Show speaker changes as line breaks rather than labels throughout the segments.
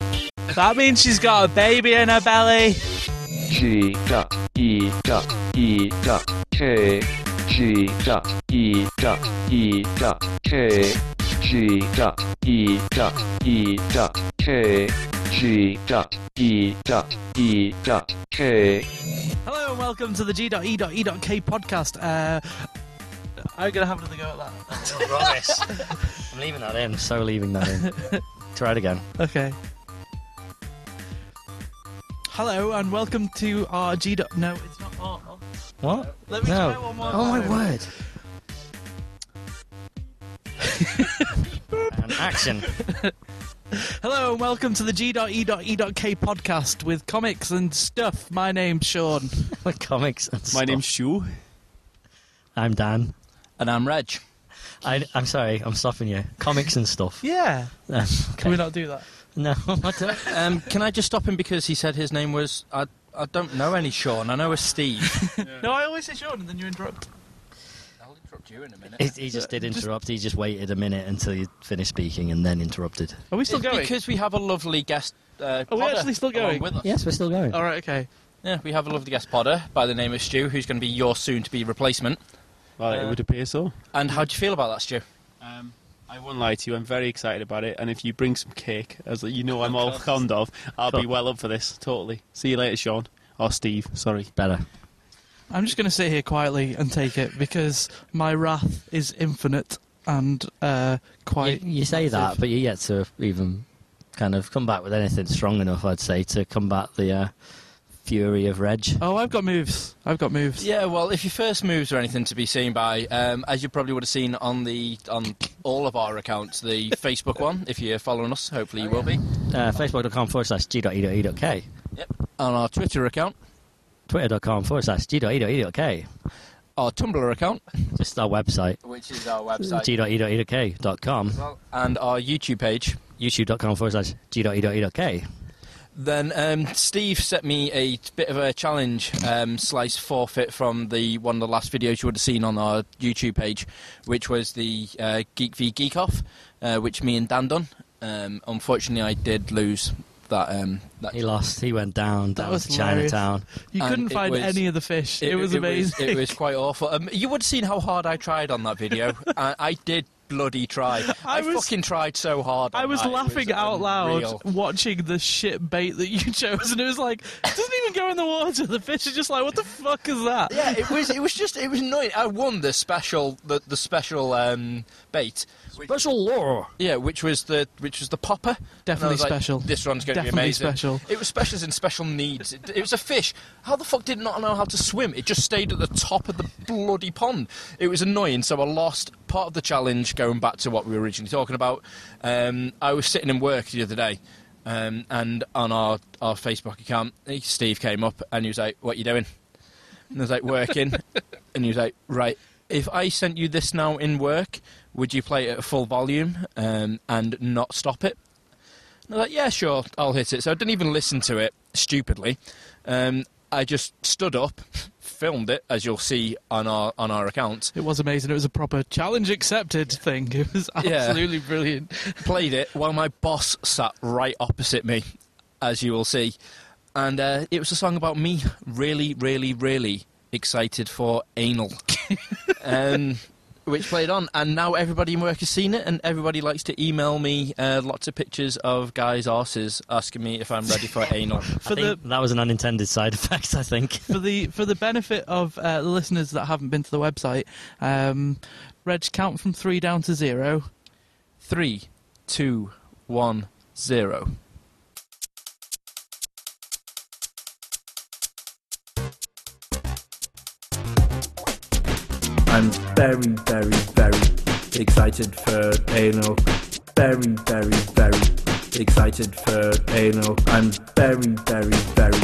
That means she's got a baby in her belly.
G dot E dot E dot K. G dot E dot E dot K. G dot E dot E dot K. G dot E dot E dot K.
Hello and welcome to the G.E.E.K podcast. Uh, I'm going to have another go at that.
Promise. I'm leaving that in. So leaving that in. Try it again.
Okay. Hello and welcome to our G. dot- No, it's not. Oh, oh.
What?
Let me
no.
try one more
oh my
time.
word. and action.
Hello and welcome to the G.E.E.K podcast with comics and stuff. My name's Sean.
The comics. And
My
stuff.
name's Shu.
I'm Dan.
And I'm Reg.
I, I'm sorry. I'm stopping you. Comics and stuff.
Yeah.
Um,
Can we
okay.
not do that?
No, I don't.
Um, can I just stop him because he said his name was. I, I don't know any Sean. I know a Steve.
No, I always say Sean and then you interrupt.
I'll interrupt you in a minute.
He, he just did interrupt. He just waited a minute until you finished speaking and then interrupted.
Are we still going?
Because we have a lovely guest. Uh,
Are we
podder
actually still
along
going?
with us.
Yes, we're still going.
All right, okay.
Yeah, we have a lovely guest podder by the name of Stu, who's going to be your soon-to-be replacement.
Well,
Uh,
it would appear so.
And how do you feel about that, Stu?
Um, I won't lie to you. I'm very excited about it. And if you bring some cake, as you know, I'm all fond of, I'll be well up for this. Totally. See you later, Sean or Steve. Sorry.
Better.
I'm just going to sit here quietly and take it because my wrath is infinite and uh,
You,
quite.
you say that, but you yet to even kind of come back with anything strong enough, I'd say, to combat the uh, fury of Reg.
Oh, I've got moves. I've got moves.
Yeah, well, if your first moves are anything to be seen by, um, as you probably would have seen on the on all of our accounts, the Facebook one, if you're following us, hopefully you will be,
Uh, Facebook.com forward slash E g.e.e.k.
on our Twitter account,
Twitter.com forward slash E g.e.e.k.
our Tumblr account,
Just our website, E
which is our website,
g.e.e.k.com.
and our YouTube page.
YouTube.com forward slash E g.e.e.k.
Then um, Steve set me a t- bit of a challenge, um, slice forfeit from the one of the last videos you would have seen on our YouTube page, which was the uh, Geek v Geek Off, uh, which me and Dan done. Um, unfortunately, I did lose that. Um, that
He lost. He went down, down
was
to Chinatown.
You
And
couldn't
it
find
was-
any of the fish. It, was amazing.
it was quite awful. Um, you would have seen how hard I tried on that video. I, I did bloody try. I,
I was-
fucking tried so hard. on
I was
that. It
laughing
was
out loud
unreal.
watching the shit bait that you chose, and it was like, it doesn't even go in the water. The fish are just like, what the fuck is that?
Yeah, it was. It was just. It was annoying. I won the special. The, the special um, bait. Which,
Special law.
yeah, which was the which was the popper. And I
Definitely
was like,
special.
This one's going to be
Definitely
amazing.
special.
It was special as in special needs. It, it was a fish. How the fuck did it not know how to swim? It just stayed at the top of the bloody pond. It was annoying. So I lost part of the challenge. Going back to what we were originally talking about, um, I was sitting in work the other day. Um, and on our, our Facebook account, Steve came up and he was like, "What you doing?" And I was like, working. and he was like, right, if I sent you this now in work, would you play it at full volume um, and not stop it? And I was like, Uh, yeah, sure, I'll hit it. So I didn't even listen to it, stupidly. Um, I just stood up, filmed it, as you'll see on our on our account,
It was amazing. It was a proper challenge accepted thing. It was
Yeah.
absolutely brilliant.
played it while my boss sat right opposite me, as you will see. And uh, it was a song about me really, really, really excited for anal, um, which played on. And now everybody in work has seen it, and everybody likes to email me uh, lots of pictures of guys' arses asking me if I'm ready for anal.
For
I think that was an unintended side effect, I think.
for the for the benefit of uh, the listeners that haven't been to the website, um, Reg, count from three down to zero.
Three, two, one, zero.
I'm very, very, very excited for anal. Very, very, very excited for anal. I'm very, very, very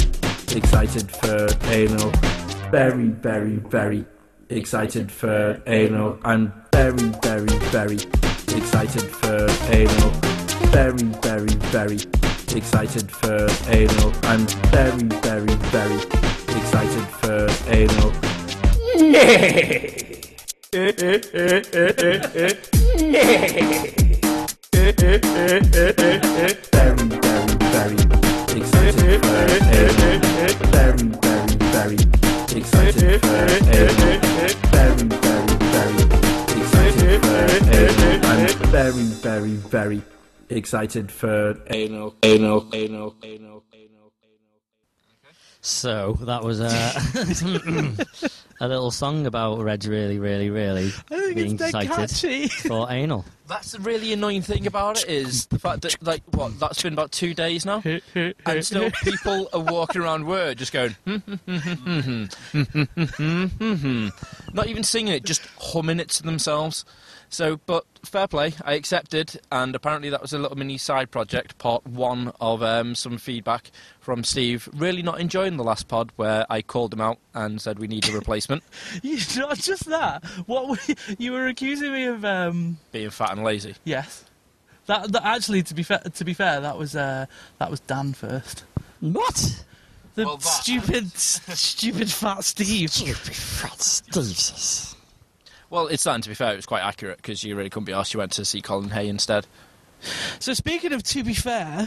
excited for anal. Very, very, very excited for anal. I'm very, very, very excited for anal. Very, very, very excited for anal. I'm very, very, very excited for anal. very, very, very excited for anal. Very, very, very excited for anal. Very, very, very excited for anal. I'm very, very, very excited for anal, anal, anal, anal, anal, anal.
So that was a, a little song about Reg really, really, really being excited for anal.
That's the really annoying thing about it is the fact that like what that's been about two days now, and still people are walking around word just going, "Hmm, hmm, hmm, hmm, hmm, hmm, hmm, hmm, hmm, hmm, hmm." not even singing it, just humming it to themselves. So, but fair play, I accepted, and apparently that was a little mini side project, part one of um, some feedback from Steve. Really not enjoying the last pod where I called him out and said we need a replacement,
You, not just that. What we, you were accusing me of? Um,
being fat and lazy.
yes. That, that actually, to be fair, to be fair, that was uh, that was Dan first.
What?
The
Well, that-
stupid, stupid fat Steve.
Jesus.
Well, it's that, and to be fair, it was quite accurate because you really couldn't be asked. You went to see Colin Hay instead.
So speaking of to be fair,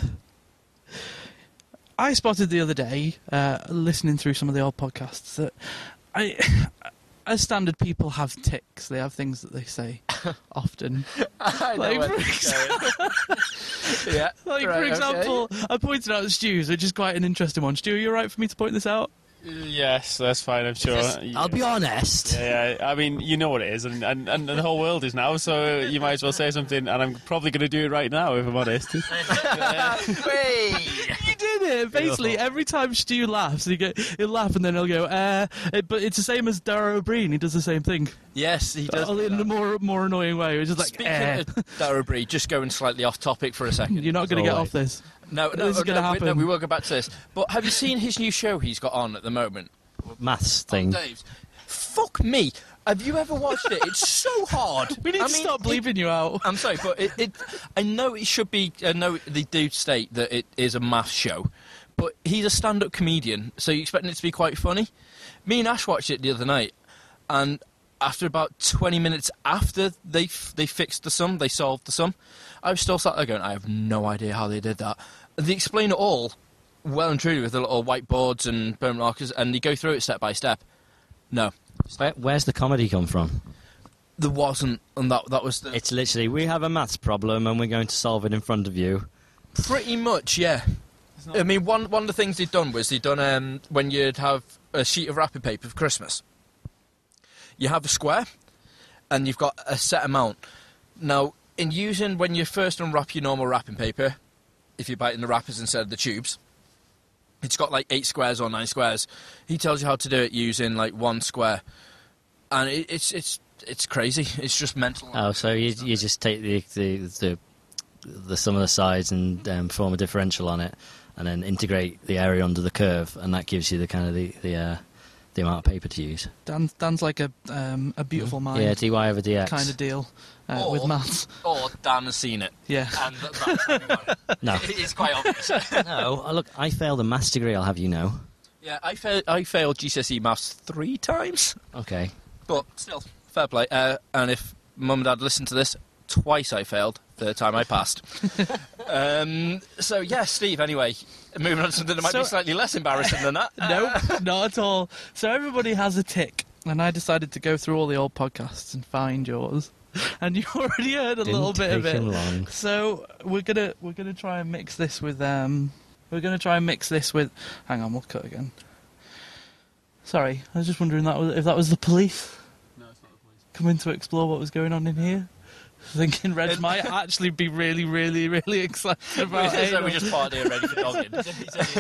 I spotted the other day, uh, listening through some of the old podcasts, that I, as standard people have ticks. They have things that they say often.
I
Like, for
exa- yeah.
Like
right,
for
okay.
example, I pointed out Stu's, which is quite an interesting one. Stu, are you alright for me to point this out?
Yes, that's fine. I'm sure.
I'll be honest.
Yeah, yeah, I mean, you know what it is, and, and, and the whole world is now, so you might as well say something, and I'm probably going to do it right now, if I'm honest.
Hey!
He did it. Basically, every time Stu laughs, he go, he'll laugh and then he'll go, uh, it- but it's the same as Dara O'Brien. He does the same thing,
Yes, he does.
only in a more more annoying way. Which is like,
Speaking
eh,
of Darabri, just going slightly off topic for a second.
you're not going to get
always.
off this.
no, no,
this is
no,
gonna
we- No,
happen.
we will go back to this. But have you seen his new show he's got on at the moment?
Maths
on
thing.
Dave's. Fuck me. Have you ever watched it? It's so hard.
We need
I
to
mean,
stop
it-
bleeping you out.
I'm sorry, but it, it. I know it should be. I know they do state that it is a math show, but he's a stand-up comedian, so you're expecting it to be quite funny. Me and Ash watched it the other night, and after about 20 minutes after they f- they fixed the sum, they solved the sum, I was still sat there going, I have no idea how they did that. They explain it all well and truly with the little whiteboards and permanent markers, and they go through it step by step. No,
Where, where's the comedy come from?
there wasn't, and that that was the,
It's literally we have a maths problem and we're going to solve it in front of you.
Pretty much, yeah. I mean, one one of the things they'd done was they'd done um, when you'd have a sheet of wrapping paper for Christmas. You have a square, and you've got a set amount. Now, in using when you first unwrap your normal wrapping paper, if you're biting the wrappers instead of the tubes, it's got like eight squares or nine squares. He tells you how to do it using like one square, and it, it's it's it's crazy. It's just mental.
Oh, so you you just take the the the, the sum of the sides and um, form a differential on it, and then integrate the area under the curve, and that gives you the kind of the the, uh, the amount of paper to use.
Dan, Dan's like a um, a beautiful mind
yeah, dy over dx.
kind of deal uh,
Or-
with maths.
Or Dan has seen it,
Yeah.
and that- that's how we got it.
No,
It is quite obvious.
no. Oh, Look, I failed a maths degree. I'll have you know.
Yeah, I, fail I failed GCSE E maths three times,
Okay.
but still, fair play. Uh, and if mum and dad listened to this, twice I failed, third time I passed. um, so, yeah, Steve, anyway, moving on to something that might
So-
be slightly less embarrassing than that.
nope, not at all. So everybody has a tick, and I decided to go through all the old podcasts and find yours. And you already heard a
Didn't
little bit of
take
it.
him long.
So we're gonna we're gonna try and mix this with um we're gonna try and mix this with. Hang on, we'll cut again. Sorry, I was just wondering that was, if that was the police. Coming to explore what was going on in here, thinking Reg might actually be really, really, really excited about
Right, so
anal.
we just party and ready for dogging.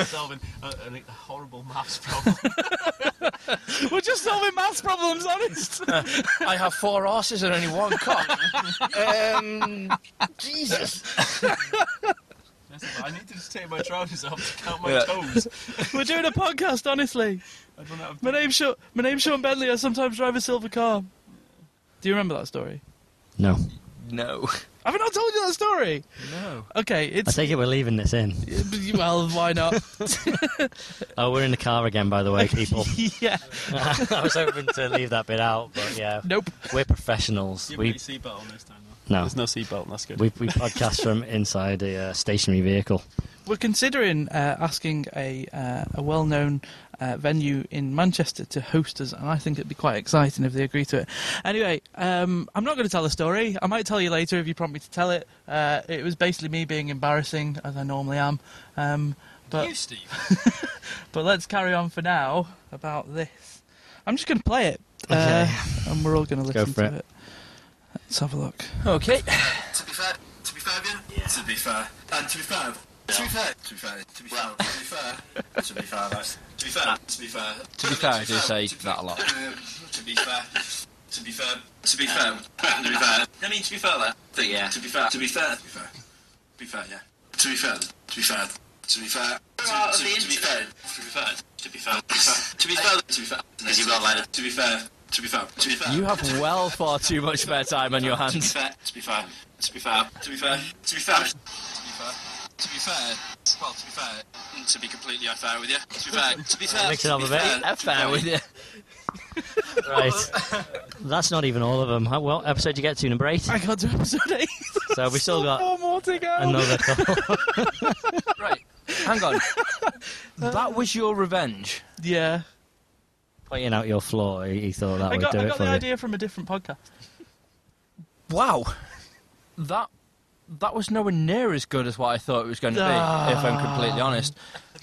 solving a, horrible maths problem.
We're just solving maths problems, honest.
I have four arses and only one cock. um, Jesus.
I need to just take my trousers off to count
my Yeah.
toes.
We're doing a podcast, honestly.
I don't have
My name's Sean, my name's Sean Bentley. I sometimes drive a silver car. Do you remember that story?
No,
No.
Have I not told you that story?
No.
Okay,
I
it's
take it we're leaving this in.
well, why not?
Oh, we're in the car again, by the way, people.
yeah,
I was hoping to leave that bit out, but yeah,
nope.
we're professionals. We
seatbelt on this time, though.
No,
There's no seatbelt, and that's good.
we we podcast from inside a uh, stationary vehicle.
We're considering uh, asking a uh, a well known uh, venue in Manchester to host us, and I think it'd be quite exciting if they agree to it. Anyway, um, I'm not going to tell the story. I might tell you later if you prompt me to tell it. Uh, it was basically me being embarrassing, as I normally am. Um, but
You, Steve.
but let's carry on for now about this. I'm just going to play it, uh, and we're all going to
Go
listen
for
to
it.
it. Let's have a look.
Okay.
To be fair, to be fair, yeah. To be fair, and to be fair. To be fair, to be fair, to be fair, to be fair, to be fair, right. to be fair, to be fair,
To be fair, I do say that a lot.
Um, to be fair, to be fair, to be fair, to be fair. I mean, to be fair, there. But yeah. To be fair, to be fair, to be fair, to be fair, yeah. To be fair, to be fair, to be fair, to, to, to be fair, to be fair, to be fair, to be fair, to be fair, as you've outlined. To be fair, to be fair, to be fair.
You have well far too much spare time on your hands.
To be fair, to be fair, to be fair, to be fair, to be fair, to be fair, well, to be fair, mm, to be completely unfair with you, to be fair, to be fair,
Mix it
to
up
be
a bit.
fair,
Have
to be
fair
fair.
with you.
Right, that's not even all of them. How, well, episode you get to number eight.
I got to episode eight.
So we still got
Four more to go.
another couple.
Right. Hang on. that was your revenge.
Yeah.
Pointing out your flaw, he, he thought that
I
would
got,
do
I
it
got
for
the
you.
idea from a different podcast.
Wow. That that was nowhere near as good as what I thought it was going to be. If I'm completely honest.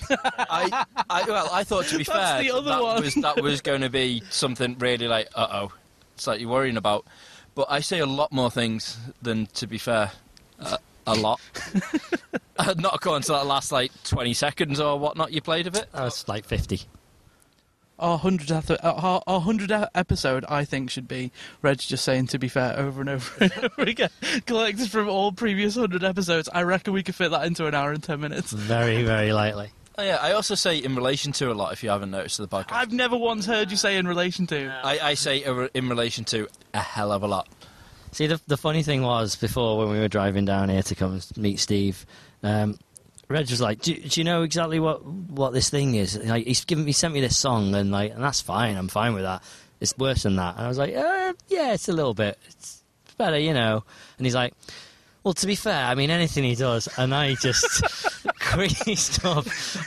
I, I well, I thought to be
Ah. That's
fair,
the other
that
one.
was that was going to be something really like, uh oh, it's like you're worrying about. But I say a lot more things than to be fair, uh, a lot. Uh, Not according to that last like 20 seconds or whatnot you played of it.
That was like fifty.
Our hundred our, our hundred episode, I think, should be Reg just saying "to be fair" over and over and over again, collected from all previous hundred episodes. I reckon we could fit that into an hour and ten minutes.
Very, very lightly.
Oh, yeah, I also say in relation to a lot. If you haven't noticed the podcast,
I've never once heard you say in relation to.
I, I say a- in relation to a hell of a lot.
See, the, the funny thing was before when we were driving down here to come and meet Steve, um, Reg was like, do, "Do you know exactly what what this thing is?" And, Like he's given, he sent me this song, and like, and that's fine. I'm fine with that. It's worse than that. And I was like, uh, "Yeah, it's a little bit. It's better, you know." And he's like. Well, to be fair, I mean anything he does, and I just creased up,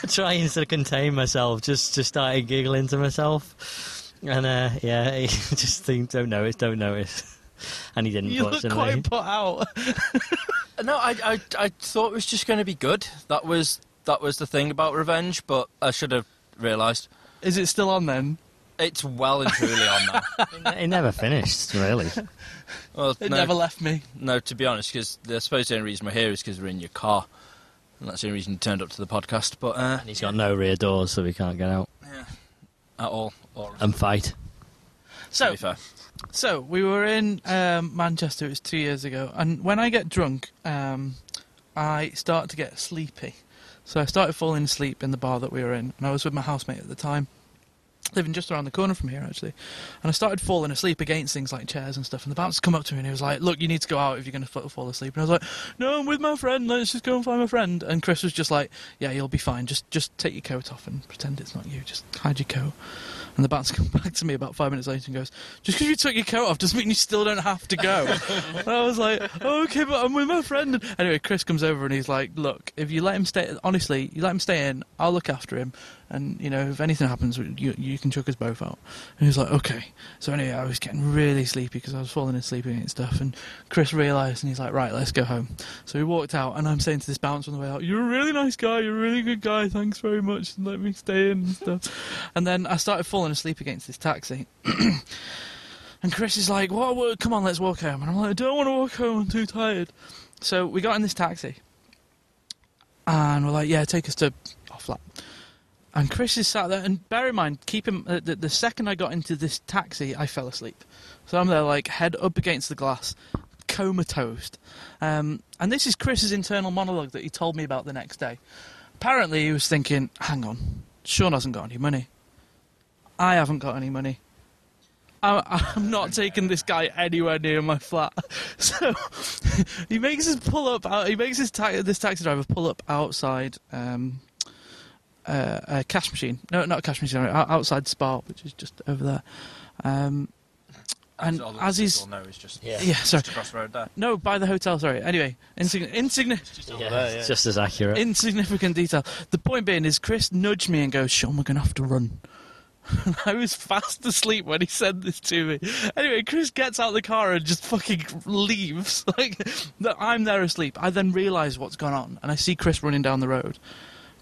trying to contain myself, just just started giggling to myself, and uh, yeah, he just think, don't notice, don't notice, and he didn't.
You look
fortunately.
quite put out.
No, I, I, I thought it was just going to be good. That was that was the thing about revenge, but I should have realised
Is it still on then?
it's well and truly on now.
It never finished, really.
Well,
It
no,
never left me.
no, to be honest, because I suppose the only reason we're here is because we're in your car, and that's the only reason you turned up to the podcast. But uh,
And he's got no rear doors, so he can't get out
at all, or
and fight.
to
So
be fair,
So we were in um, Manchester. It was two years ago, and when I get drunk, um, I start to get sleepy. So I started falling asleep in the bar that we were in, and I was with my housemate at the time, living just around the corner from here actually. And I started falling asleep against things like chairs and stuff. And the bouncer come up to me and he was like, "Look, you need to go out if you're going to fall asleep." And I was like, "No, I'm with my friend. Let's just go and find my friend." And Chris was just like, "Yeah, you'll be fine. Just just take your coat off and pretend it's not you. Just hide your coat." And the bouncer come back to me about five minutes later and goes, "Just because you took your coat off doesn't mean you still don't have to go." and I was like, oh, "Okay, but I'm with my friend." And anyway, Chris comes over and he's like, "Look, if you let him stay, honestly, you let him stay in, I'll look after him, and you know if anything happens, you you can chuck us both out." And he's like, "Okay." So anyway, I was getting really sleepy because I was falling asleep and stuff, and Chris realised and he's like, "Right, let's go home." So we walked out, and I'm saying to this bouncer on the way out, "You're a really nice guy. You're a really good guy. Thanks very much, and let me stay in and stuff." and then I started falling asleep against this taxi. and Chris is like, "What? what- Come on, let's walk home." And I'm like, "I don't want to walk home. I'm too tired." So we got in this taxi, and we're like, "Yeah, take us to our flat." And Chris is sat there, and bear in mind, keep him. Uh, the, the second I got into this taxi, I fell asleep. So I'm there, like head up against the glass, comatose. Um, and this is Chris's internal monologue that he told me about the next day. Apparently, he was thinking, hang on, Sean hasn't got any money. I haven't got any money. I- I'm not taking this guy anywhere near my flat. So he makes his pull up. Out, he makes his ta- this taxi driver pull up outside um, uh, a cash machine. No, not a cash machine. sorry, o- Outside Spa, which is just over there. Um, and
all the
as he's
people know is just
yeah,
Yeah.
sorry,
just across the road there.
no, by the hotel. Sorry. Anyway, insign- insigni-
Yeah, it's just as accurate.
insignificant detail. The point being is, Chris nudged me and goes, "Sean, we're gonna have to run." I was fast asleep when he said this to me. Anyway, Chris gets out of the car and just fucking leaves. Like, no, I'm there asleep. I then realise what's gone on, and I see Chris running down the road.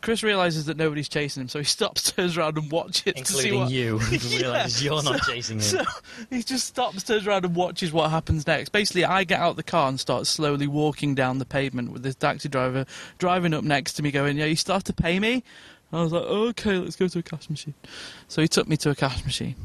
Chris realises that nobody's chasing him, so he stops, turns around, and watches to see
including
what.
you, who realises you're not chasing him.
So he just stops, turns around, and watches what happens next. Basically, I get out the car and start slowly walking down the pavement with this taxi driver driving up next to me, going, "Yeah, you still have to pay me." And I was like, "Okay, let's go to a cash machine." So he took me to a cash machine,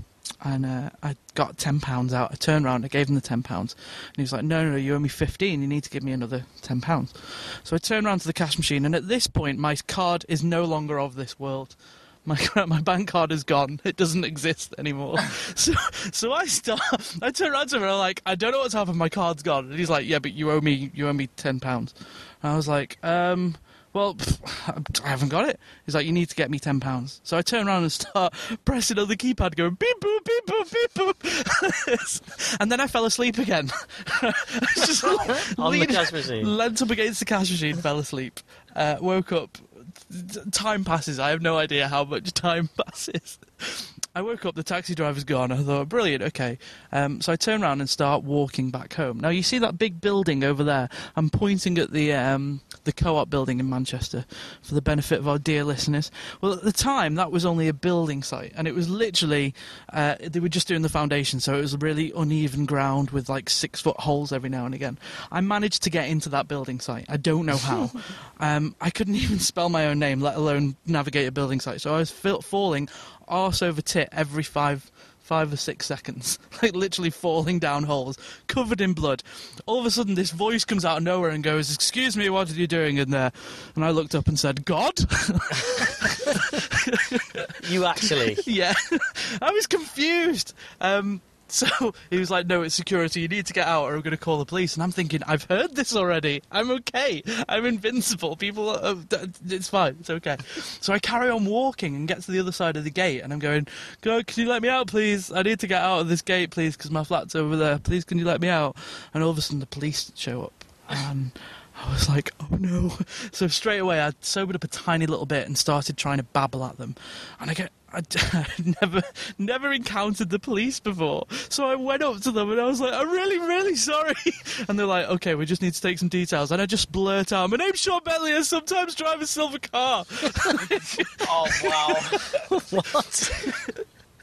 and uh, I got ten pounds out. I turned around, I gave him the ten pounds, and he was like, "No, no, no, you owe me fifteen. You need to give me another ten pounds." So I turned around to the cash machine, and at this point, my card is no longer of this world. My my bank card is gone. It doesn't exist anymore. so so I start. I turn around to him and I'm like, I don't know what's happened. My card's gone. And he's like, Yeah, but you owe me you owe me ten pounds. And I was like, Um. Well, pff, I haven't got it. He's like, you need to get me ten pounds. So I turn around and start pressing on the keypad, going beep boop beep boop beep boop, and then I fell asleep again. I was just
On the
leaning-
cash machine.
Leant up against the cash machine, fell asleep. Uh, woke up. T- Time passes. I have no idea how much time passes. I woke up. The taxi driver's gone. I thought, brilliant. Okay. Um, so I turn around and start walking back home. Now you see that big building over there. I'm pointing at the um, the co-op building in Manchester for the benefit of our dear listeners. Well, at the time that was only a building site, and it was literally uh, they were just doing the foundation, so it was really uneven ground with like six foot holes every now and again. I managed to get into that building site. I don't know how. um, I couldn't even spell my own name, let alone navigate a building site. So I was fil- falling arse over tit every five five or six seconds, like literally falling down holes, covered in blood. All of a sudden, this voice comes out of nowhere and goes, "Excuse me, what are you doing in there?" And I looked up and said, "God."
You actually.
yeah, I was confused. Um, so he was like, "No, it's security. You need to get out, or I'm going to call the police." And I'm thinking, "I've heard this already. I'm okay. I'm invincible. People, are, uh, it's fine. It's okay." So I carry on walking and get to the other side of the gate, and I'm going, "Go, can you let me out, please? I need to get out of this gate, please, because my flat's over there. Please, can you let me out?" And all of a sudden, the police show up, and. I was like, oh no. So straight away, I sobered up a tiny little bit and started trying to babble at them. And I get. I would never, never encountered the police before, so I went up to them and I was like, "I'm really, really sorry." And they're like, "Okay, we just need to take some details." And I just blurt out, "My name's Sean Bentley. I sometimes drive a silver car."
Oh wow!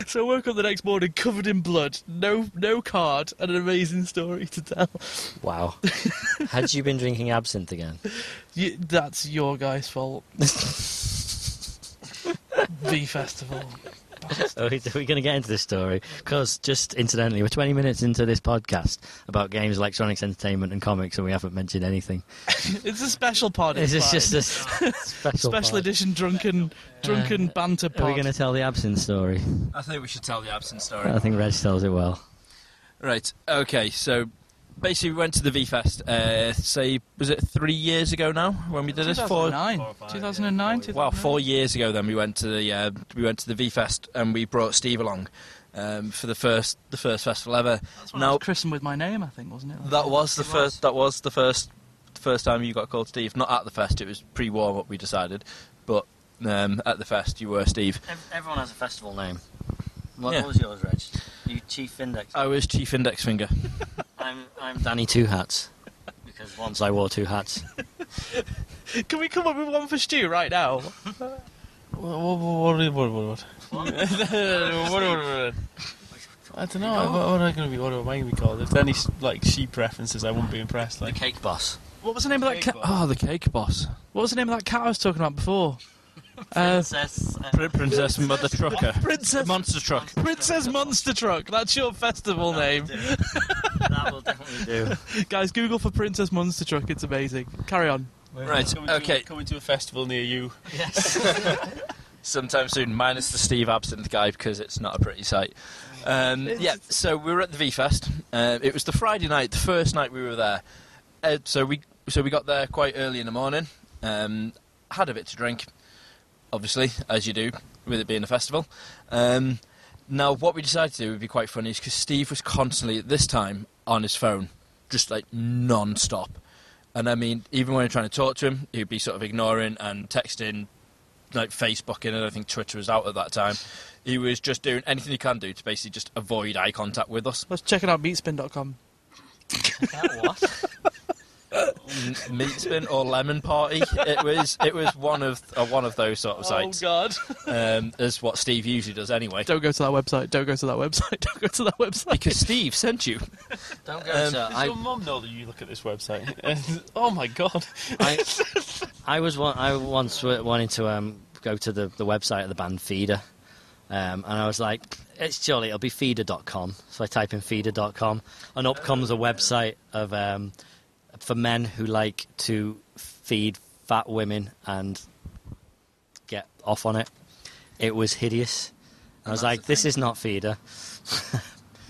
So I woke up the next morning covered in blood, no, no card, and an amazing story to tell.
Wow. Had you been drinking absinthe again?
You, that's your guy's fault. the festival.
Oh, we're going to get into this story because, just incidentally, we're 20 minutes into this podcast about games, electronics, entertainment, and comics, and we haven't mentioned anything.
It's a special pod.
This is
fine.
just a s- special,
special
part.
edition drunken drunken banter
Are
pod.
we going to tell the absinthe story?
I think we should tell the absent story.
I think Reg tells it well.
Uh, Right. Okay. So basically, we went to the V Fest. Uh, say, was it three years ago now when we did this? Four.
2009.
Four or five,
2009.
yeah.
Well, four years ago then we went to the uh, we went to the V Fest and we brought Steve along um, for the first the first festival ever.
Now, christened with my name, I think, wasn't it?
That was the first. That was the first. First time you got called Steve. Not at the fest. It was pre warm up. We decided, but um, at the fest you were Steve.
Everyone has a festival name.
What- Yeah. what
was yours, Reg? You Chief Index.
I was Chief Index Finger.
I'm, I'm Danny Two Hats because once I wore two hats.
Can we come up with one for Stu right now?
Uh, I don't
Oh,
know. What, what am I going to be? What am I going to be called? If there's any like sheep references, I wouldn't be impressed.
The
Like
Cake Boss.
What was the name of that
Cake
cat?
boss.
Oh, the cake boss. What was the name of that cat I was talking about before? Uh,
Princess.
Prin- Princess Mother Trucker.
Princess
Monster Truck.
Princess Monster Truck. That's your festival name,
that will definitely do.
guys. Google for Princess Monster Truck. It's amazing. Carry on.
Right,
coming to-
okay.
coming to a festival near you.
sometime soon, minus the Steve Absinthe guy because it's not a pretty sight. Um, yeah, so we were at the V Fest. Uh, it was the Friday night, the first night we were there. Uh, so we so we got there quite early in the morning. Um, had a bit to drink, obviously, as you do with it being a festival. Um, Now, what we decided to do would be quite funny, is because Steve was constantly at this time on his phone, just like non-stop. And I mean, even when I'm trying to talk to him, he'd be sort of ignoring and texting, like Facebooking, and I think Twitter was out at that time. He was just doing anything he can do to basically just avoid eye contact with us.
Let's check it out, meatspin.com.
what?
M- Meat spin or lemon party. It was it was one of uh, one of those
Oh,
sort of sites.
God.
Um, as what Steve usually does anyway.
Don't go to that website. Don't go to that website. Don't go to that website.
Because Steve sent you.
Don't go
Um,
to.
Does your
I,
mum know that you look at this website? oh my god!
I, I was one, I once w- wanted to um, go to the, the website of the band Feeder, um, and I was like, it's jolly, it'll be feeder.com. So I type in feeder.com, and up comes a website of um, for men who like to feed fat women and get off on it. It was hideous. I was
that's
like,
the
this
thing.
is not Feeder.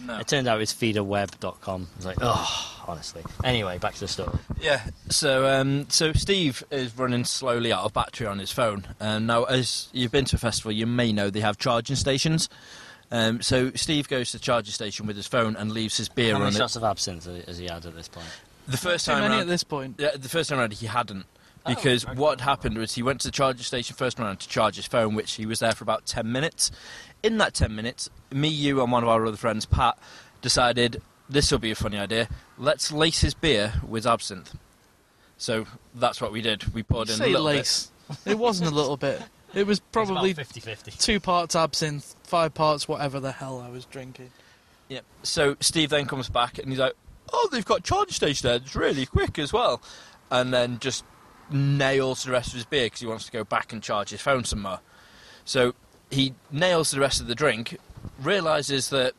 No.
It turned out it was feederweb.com. I was like, oh, honestly. Anyway, back to the story.
Yeah. So um, so Steve is running slowly out of battery on his phone. Um, now, as you've been to a festival, you may know they have charging stations. Um, so Steve goes to the charging station with his phone and leaves his beer
How many
on it.
shots of absinthe has he had at this point?
The first
Too
time
many
round-
at this point.
Yeah, the first time round he hadn't.
Oh,
Because what happened was he went to the charging station first round to charge his phone, which he was there for about 10 minutes. In that 10 minutes, me, you, and one of our other friends, Pat, decided this will be a funny idea. Let's lace his beer with absinthe. So that's what we did. We poured in a
Say
little
lace. it wasn't a little bit. It was probably
50 50.
two parts absinthe, five parts whatever the hell I was drinking.
bit. Yep. So Steve then comes back and he's like, "Oh, they've got charging station there. It's really quick as well." And then just nails the rest of his beer because he wants to go back and charge his phone some more. So he nails the rest of the drink, realizes that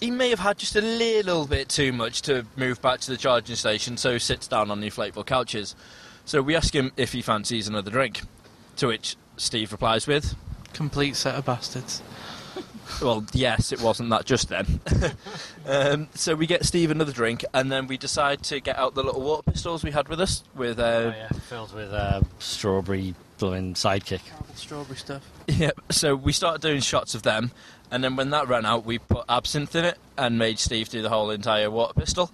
he may have had just a little bit too much to move back to the charging station, so sits down on the inflatable couches. So we ask him if he fancies another drink, to which Steve replies with,
Complete set of bastards.
well, yes, it wasn't that just then. um, so we get Steve another drink, and then we decide to get out the little water pistols we had with us. With
Oh,
uh,
yeah, filled with uh, strawberry blowing sidekick.
Strawberry stuff.
yeah. So we started doing shots of them, and then when that ran out, we put absinthe in it and made Steve do the whole entire water pistol.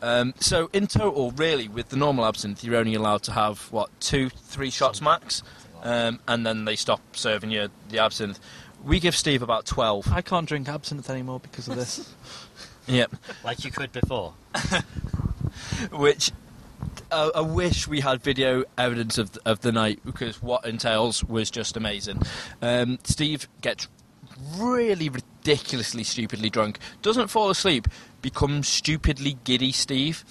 Um, so in total, really, with the normal absinthe, you're only allowed to have what two, three shots max, um, and then they stop serving you the absinthe. We give Steve about twelve.
I can't drink absinthe anymore because of this.
Yep.
Like you could before.
which uh, I wish we had video evidence of of the night because what entails was just amazing. Um, Steve gets really ridiculously stupidly drunk, doesn't fall asleep, becomes stupidly giddy. Steve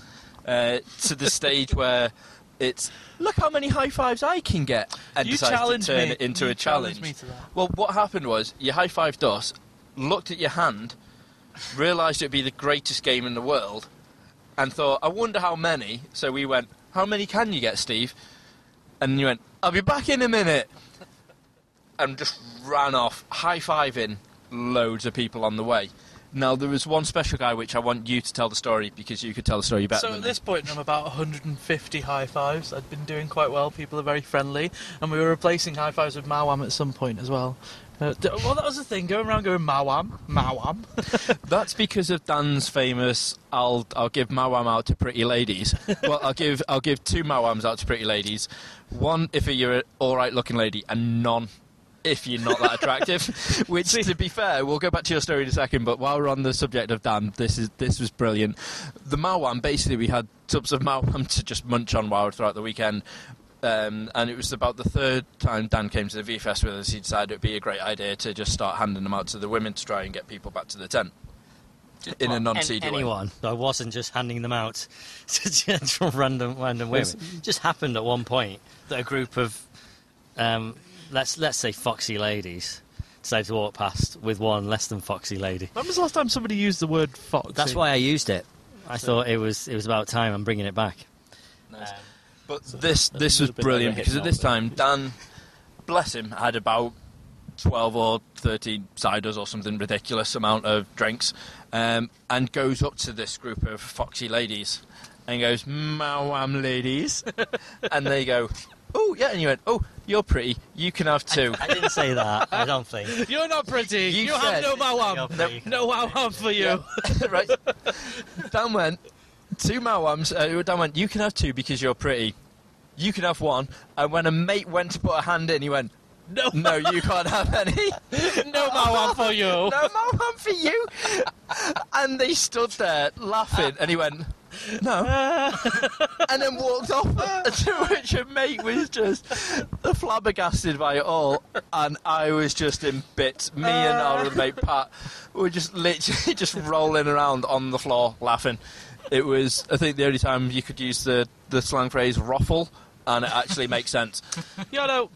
uh, to the stage where. It's look how many high fives I can get, and
You
decides to
challenged
turn
me.
it into
You
a challenge.
challenged me to that.
Well, what happened was you high fived us, looked at your hand, realised it'd be the greatest game in the world, and thought, I wonder how many. So we went, How many can you get, Steve? And you went, I'll be back in a minute. And just ran off, high fiving loads of people on the way. Now, there was one special guy which I want you to tell the story because you could tell the story better.
So
than
at
me.
this point, I'm about 150 high fives. I'd been doing quite well. People are very friendly, and we were replacing high fives with Mawam at some point as well. Uh, d- well, that was the thing. Going around going Mawam, Mawam.
That's because of Dan's famous I'll I'll give Mawam out to pretty ladies. well, I'll give I'll give two Mawams out to pretty ladies. One if you're an alright looking lady and none if you're not that attractive. Which to be fair, we'll go back to your story in a second, but while we're on the subject of Dan, this is this was brilliant. The Mawam basically we had tubs of Mawam to just munch on while throughout the weekend. Um, and it was about the third time Dan came to the V Fest with us, he decided it would be a great idea to just start handing them out to the women to try and get people back to the tent in a non-seedy way.
Anyone. I wasn't just handing them out to just from random random women. It just happened at one point that a group of um, let's let's say foxy ladies decided to walk past with one less than foxy lady.
When was the last time somebody used the word fox?
That's why I used it. I thought it was it was about time. I'm bringing it back.
But this this was
little bit
brilliant
like a
because at
hit
this time
novel.
Dan, bless him, had about twelve or thirteen ciders or something ridiculous amount of drinks, um, and goes up to this group of foxy ladies and goes, "Mawam ladies," and they go, oh, yeah. And you went, oh, you're pretty. You can have two.
I didn't say that. I don't think.
You're not pretty.
You
You, have
said-
no
You're
wawam.
pretty.
No wawam for you.
right. Dan went, two Mawams. Uh, Dan went, you can have two because you're pretty. You can have one. And when a mate went to put a hand in, he went,
No,
no, you can't have any.
no wawam for you.
no Mawam for you. And they stood there laughing. And he went, no. and then walked off. To which a mate was just flabbergasted by it all. And I was just in bits. Me and
Uh.
our mate Pat were just literally just rolling around on the floor laughing. It was, I think, the only time you could use the, the slang phrase ruffle. And it actually makes sense.
You know,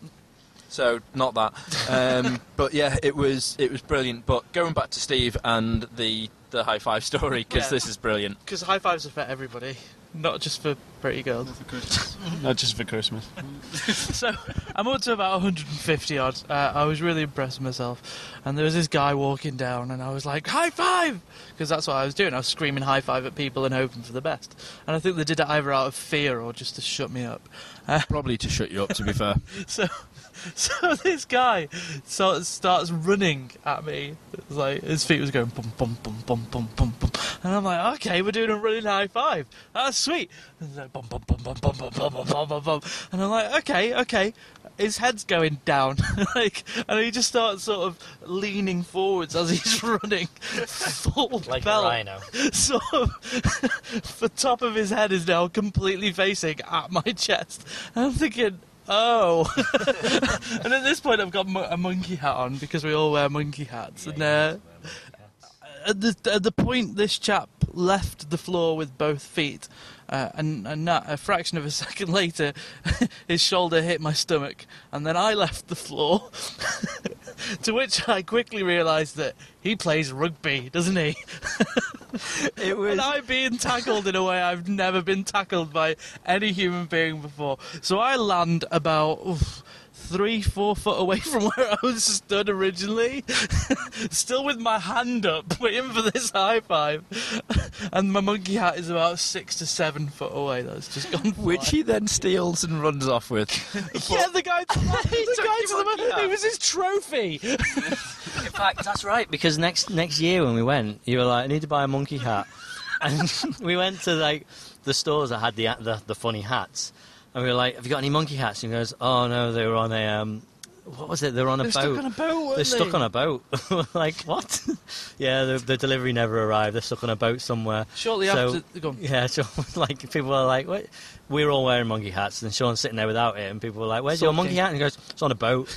So not that, um, but yeah, it was it was brilliant. But going back to Steve and the the high five story because
Yeah.
this is brilliant.
because high fives are for everybody, not just for pretty girls.
Not just for Christmas.
so I'm up to about 150 odd. Uh, I was really impressed with myself. And there was this guy walking down, and I was like, high five! Because that's what I was doing. I was screaming high five at people and hoping for the best. And I think they did it either out of fear or just to shut me up.
Probably to shut you up, to be fair.
So, so this guy sort of starts running at me. It was like his feet was going bum bum bum bum bum bum bum, and I'm like, okay, we're doing a running high five. That's sweet. And he's like bum bum bum bum bum bum bum bum bum bum, bum, and I'm like, okay, okay. His head's going down, like, and he just starts sort of leaning forwards as he's running, full
Like a
belt
rhino.
sort of the top of his head is now completely facing at my chest. And I'm thinking, oh. and at this point, I've got mo- a monkey hat on because we all wear monkey hats. and uh, at, the, at the point this chap left the floor with both feet, uh, and, and not a fraction of a second later, his shoulder hit my stomach, and then I left the floor. to which I quickly realised that he plays rugby, doesn't he?
It was
And I'm being tackled in a way I've never been tackled by any human being before. So I land about oof, three, four foot away from where I was stood originally, still with my hand up, waiting for this high five. And my monkey hat is about six to seven foot away. That's just gone.
which
flying.
he then steals and runs off with.
Yeah, the guy, the guy to
took your monkey
the
hat.
it was his trophy.
In fact, that's right because next next year when we went, you were like, I need to buy a monkey hat, and we went to like the stores that had the the, the funny hats, and we were like, Have you got any monkey hats? And he goes, Oh no, they were on a um, what was it? They were on a
They're
boat.
stuck on a boat.
They're
weren't
stuck
they?
on a boat. like what? yeah, the, the delivery never arrived. They're stuck on a boat somewhere.
Shortly
So-
after, go on.
Yeah, so like people were like, "What?" We're all wearing monkey hats, and Sean's sitting there without it, and people were like, "Where's your
Sulking.
monkey hat?" And he goes, "It's on a boat."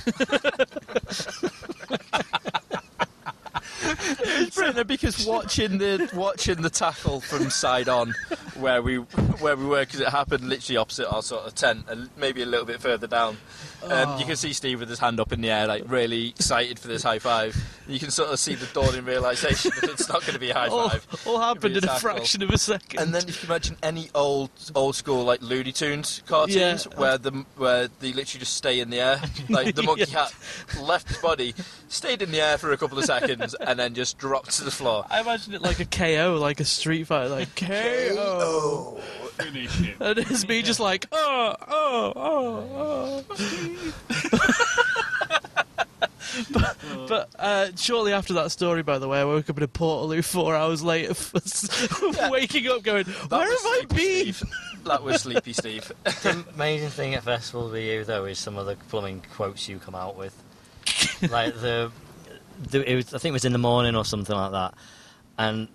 It's brilliant because watching the watching the tackle from side on, where we where we were, because it happened literally opposite our sort of tent, and maybe a little bit further down. Um, you
Oh.
can see Steve with his hand up in the air, like really excited for this high five. You can sort of see the dawning realization that it's not going to be a high
all,
five.
all happened in a
tackle.
fraction of a second.
And then if you imagine any old old school like Looney Tunes cartoons
Yeah.
where the where they literally just stay in the air, like the monkey
Yeah.
hat left his body, stayed in the air for a couple of seconds, and then just dropped to the floor.
I imagine it like a KO, like a street fight, like KO. And it's me just like, oh, oh, oh, oh. but but uh, shortly after that story, by the way, I woke up in a Portaloo four hours later, for waking up going, where have
was
I
Sleepy
been?
Steve. That was Sleepy Steve.
the amazing thing at festivals with you though is some of the plumbing quotes you come out with. like the, the it was, I think it was in the morning or something like that, and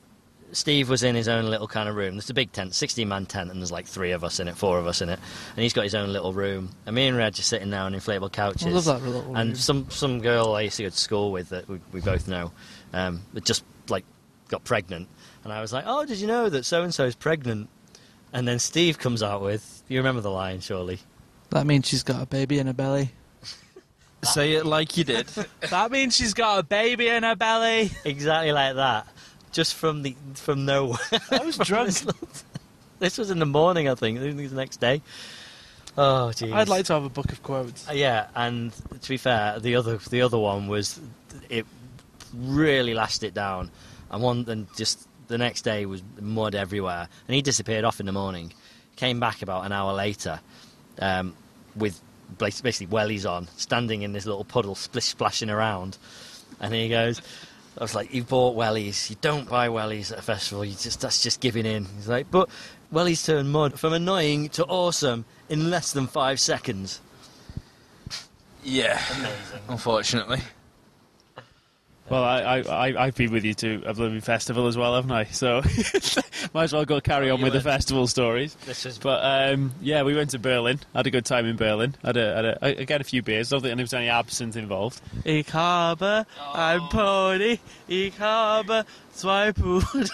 Steve was in his own little kind of room. There's a big tent, 16 man tent, and there's like three of us in it, four of us in it, and he's got his own little room. And me and Reg are sitting there on inflatable couches.
I love that little
And
room.
some some girl I used to go to school with that we, we both know, um, that just like got pregnant, and I was like, oh, did you know that so and so is pregnant? And then Steve comes out with, you remember the line, surely?
That means she's got a baby in her belly.
Say it like you did.
that means she's got a baby in her belly.
Exactly like that, just from the from nowhere.
I was drunk.
this was in the morning, I think. I think it was the next day. Oh, jeez.
I'd like to have a book of quotes.
Uh, Yeah, and to be fair, the other the other one was it really lashed it down, and one then just the next day was mud everywhere, and he disappeared off in the morning, came back about an hour later, um, with bas- basically wellies on, standing in this little puddle, splish splashing around. And he goes, I was like, you bought wellies. You don't buy wellies at a festival. You just that's just giving in. He's like, but wellies turn mud from annoying to awesome in less than five seconds.
Yeah. Unfortunately.
Well, I, I, I, I've been with you to a blooming festival as well, haven't I? So might as well go carry
Oh,
on
You
with the
went-
festival stories.
This is
But um, yeah, we went to Berlin. Had a good time in Berlin. Had a, had a, I I got a few beers. Don't think there was any absinthe involved.
Ich habe
Oh.
ein Pony, ich habe zwei Pudel.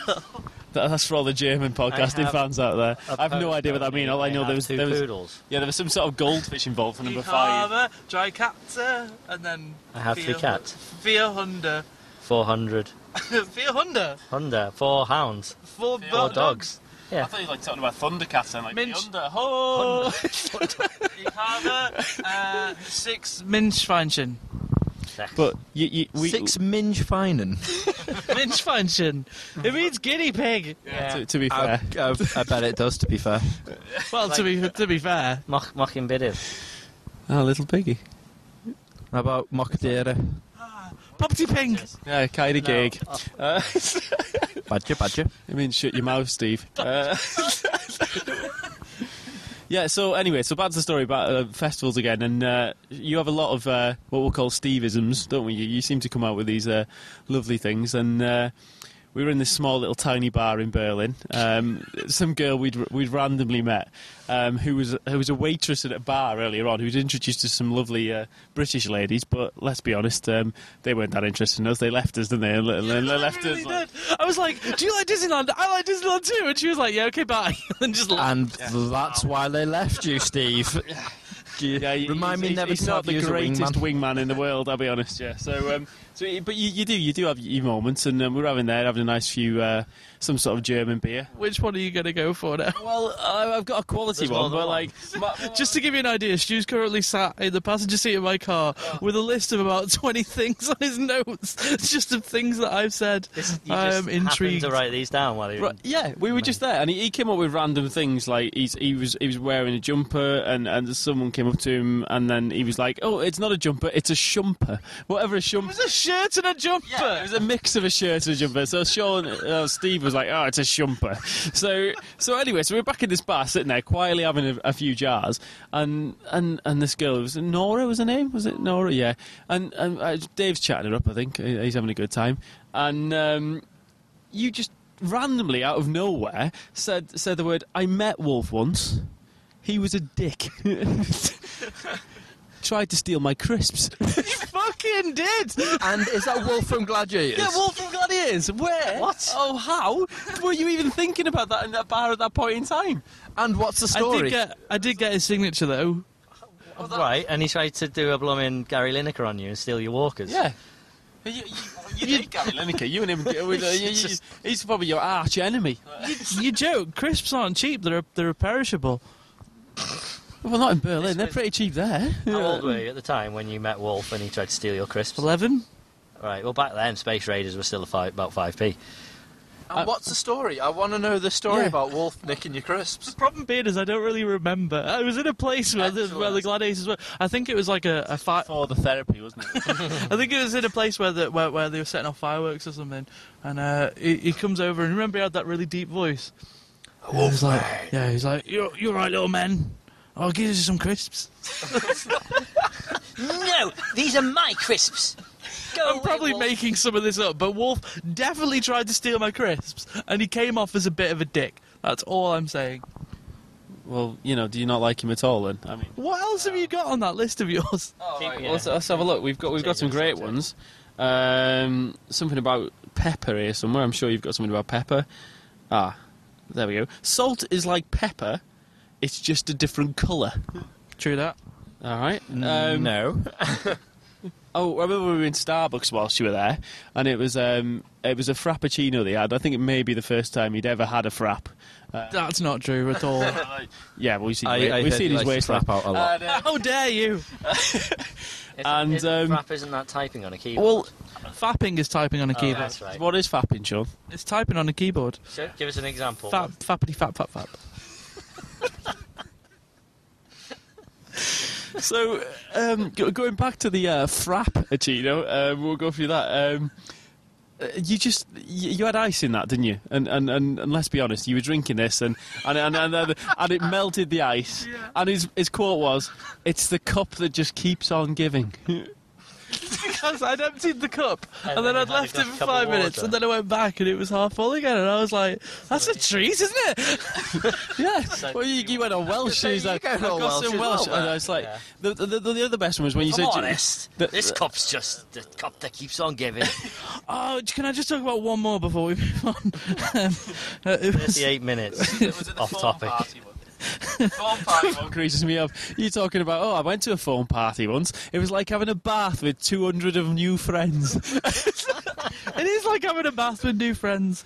That, that's for all the German podcasting
have
fans out there.
a
I have no idea what that
pony.
means. All I know
have
there was,
two
there was
poodles.
yeah, there was some sort of goldfish involved for number
Ich
five.
habe drei Katze and then
I have three
vier-
cats.
Vier Hunde.
Four hundred
vier Hunde.
Honda, four hounds,
Four,
four
dogs.
dogs.
I
Yeah,
thought you were like talking about Thundercats and like
Minch.
the under. Oh!
Ich habe äh, six Minchfeinchen.
But you, you, we,
Six minge fining.
Minchfeinchen. It means guinea pig.
To, to be
Uh,
I,
fair,
I, I bet it does. To be fair,
Well, to be to be fair,
mock mocking bidded.
oh, little piggy.
how about Mockadera?
Poppy Pink.
Yeah, kind of gig. Uh,
Badger, badger.
I mean, shut your mouth, Steve. Uh, yeah. So anyway, so back to the story about uh, festivals again, and uh, you have a lot of uh, what we'll call Steveisms, don't we? You, you seem to come out with these uh, lovely things, and uh, we were in this small little tiny bar in Berlin. Um, some girl we'd we'd randomly met, um, who was who was a waitress at a bar earlier on, who'd introduced us to some lovely uh, British ladies. But let's be honest, um, they weren't that interested in us. They left us, didn't they? And le- le-
I
left
really
us. like-
did. I was like, "Do you like Disneyland? I like Disneyland too." And she was like, "Yeah, okay, bye." and just like,
And that's why they left you, Steve.
Yeah, he-
Remind
he's,
me never
he's
to
not
have
the
you as a
greatest
wingman.
wingman in the world. I'll be honest. Yeah. So, um, so, y- but you, you do, you do have your moments, and um, we're having there, having a nice few, uh, some sort of German beer.
Uh,
which one are you gonna go for now?
Well, I, I've got a quality
There's more
one,
than
but
one.
like,
Just to give you an idea, Stu's currently sat in the passenger seat of my car with a list of about 20 things on his notes, just of things that I've said. I
You just
am
happened
intrigued.
to write these down while you were
Right, yeah, we were just there, and he, he came up with random things like he's, he was he was wearing a jumper, and, and someone came up to him, and then he was like, "Oh, it's not a jumper, it's a shumper, whatever a shumper."
It was a shirt and a jumper.
Yeah, it was a mix of a shirt and a jumper. So Sean, uh, Steve was like, "Oh, it's a jumper." So, so anyway, so we're back in this bar, sitting there quietly having a, a few jars, and and and this girl was Nora, was her name? Was it Nora? Yeah. And, and uh, Dave's chatting her up. I think He- he's having a good time, and um, you just randomly out of nowhere said said the word, "I met Wolf once. He was a dick." Tried to steal my crisps.
fucking did.
And is that Wolf from Gladiators?
Yeah, Wolf from Gladiators. Where?
What?
Oh, how were you even thinking about that in that bar at that point in time?
And what's the
I did
story?
get, I did get his signature though.
right, and he tried to do a blooming Gary Lineker on you and steal your walkers.
Yeah. You, you, you did Gary Lineker. You and him. you- you- you- he's probably your arch enemy.
You joke. Crisps aren't cheap. They're they're perishable.
Well, not in Berlin. They're pretty cheap there.
How old were you at the time when you met Wolf and he tried to steal your crisps?
Eleven.
Right, well, back then, Space Raiders were still a five, about 5p.
And what's the story? I want to know the story
Yeah.
about Wolf nicking your crisps.
The problem being is I don't really remember. I was in a place where the, where the gladiators were. I think it was like a, a fi-
For the therapy, wasn't it?
I think it was in a place where the, where, where they were setting off fireworks or something, and uh, he, he comes over and remember he had that really deep voice. He was like, yeah, he's like, you're you're right, little man. I'll give you some crisps.
No, these are my crisps. Go
I'm probably making some of this up, but Wolf definitely tried to steal my crisps, and he came off as a bit of a dick. That's all I'm saying.
well, you know, do you not like him at all? Then I mean,
What else have you got on that list of yours?
Well, Oh, let's, let's have a look. We've got we've got some great ones. Um, something about pepper here somewhere. I'm sure you've got something about pepper. Ah, there we go. Salt is like pepper. It's just a different colour.
True that.
All right. Um,
no.
Oh, I remember we were in Starbucks whilst you were there, and it was um, it was a frappuccino they had. I think it may be the first time he'd ever had a frap.
That's not true at all.
Yeah, well, we've seen,
I-
his wa-
I
we've
heard
seen
he
his
likes to
waistline.
frap out a lot.
And, uh,
How dare you?
and, um,
Rap isn't that typing on a keyboard?
well,
Fapping is typing on a
oh,
keyboard.
that's right.
what is fapping, Sean?
It's typing on a keyboard.
So, give us an example.
Fap, fappity fap, fap, fap.
So, um, go- going back to the uh, frap, Chino, um, we'll go through that. Um, uh, you just you, you had ice in that, didn't you? And, and and and let's be honest, you were drinking this, and and and and, and, and it melted the ice. And his his quote was, "It's the cup that just keeps on giving."
because I'd emptied the cup and, then,
then you
I'd
had a
left
glass
it for
cup of
five minutes
water.
and then I went back and it was half full again and I was like, that's a treat, isn't it?
Yeah.
So-
well, you, you went on Welsh.
say,
he's
you
like,
go on
I've got
Welsh
some
as
Welsh.
well,
and I was like,
Yeah.
the, the, the, the other best one was when you
I'm
said,
honest.
the-
this cup's just the cup that keeps on giving.
Oh, j- can I just talk about one more before we move on? um, uh, it was-
Thirty-eight minutes.
It was at the
Off
Thorn
topic.
Party, wasn't
Uh,
it? Thorn Party.
What creases me up. You talking about? Oh, I went to a phone party once. It was like having a bath with two hundred of new friends.
it is like having a bath with new friends.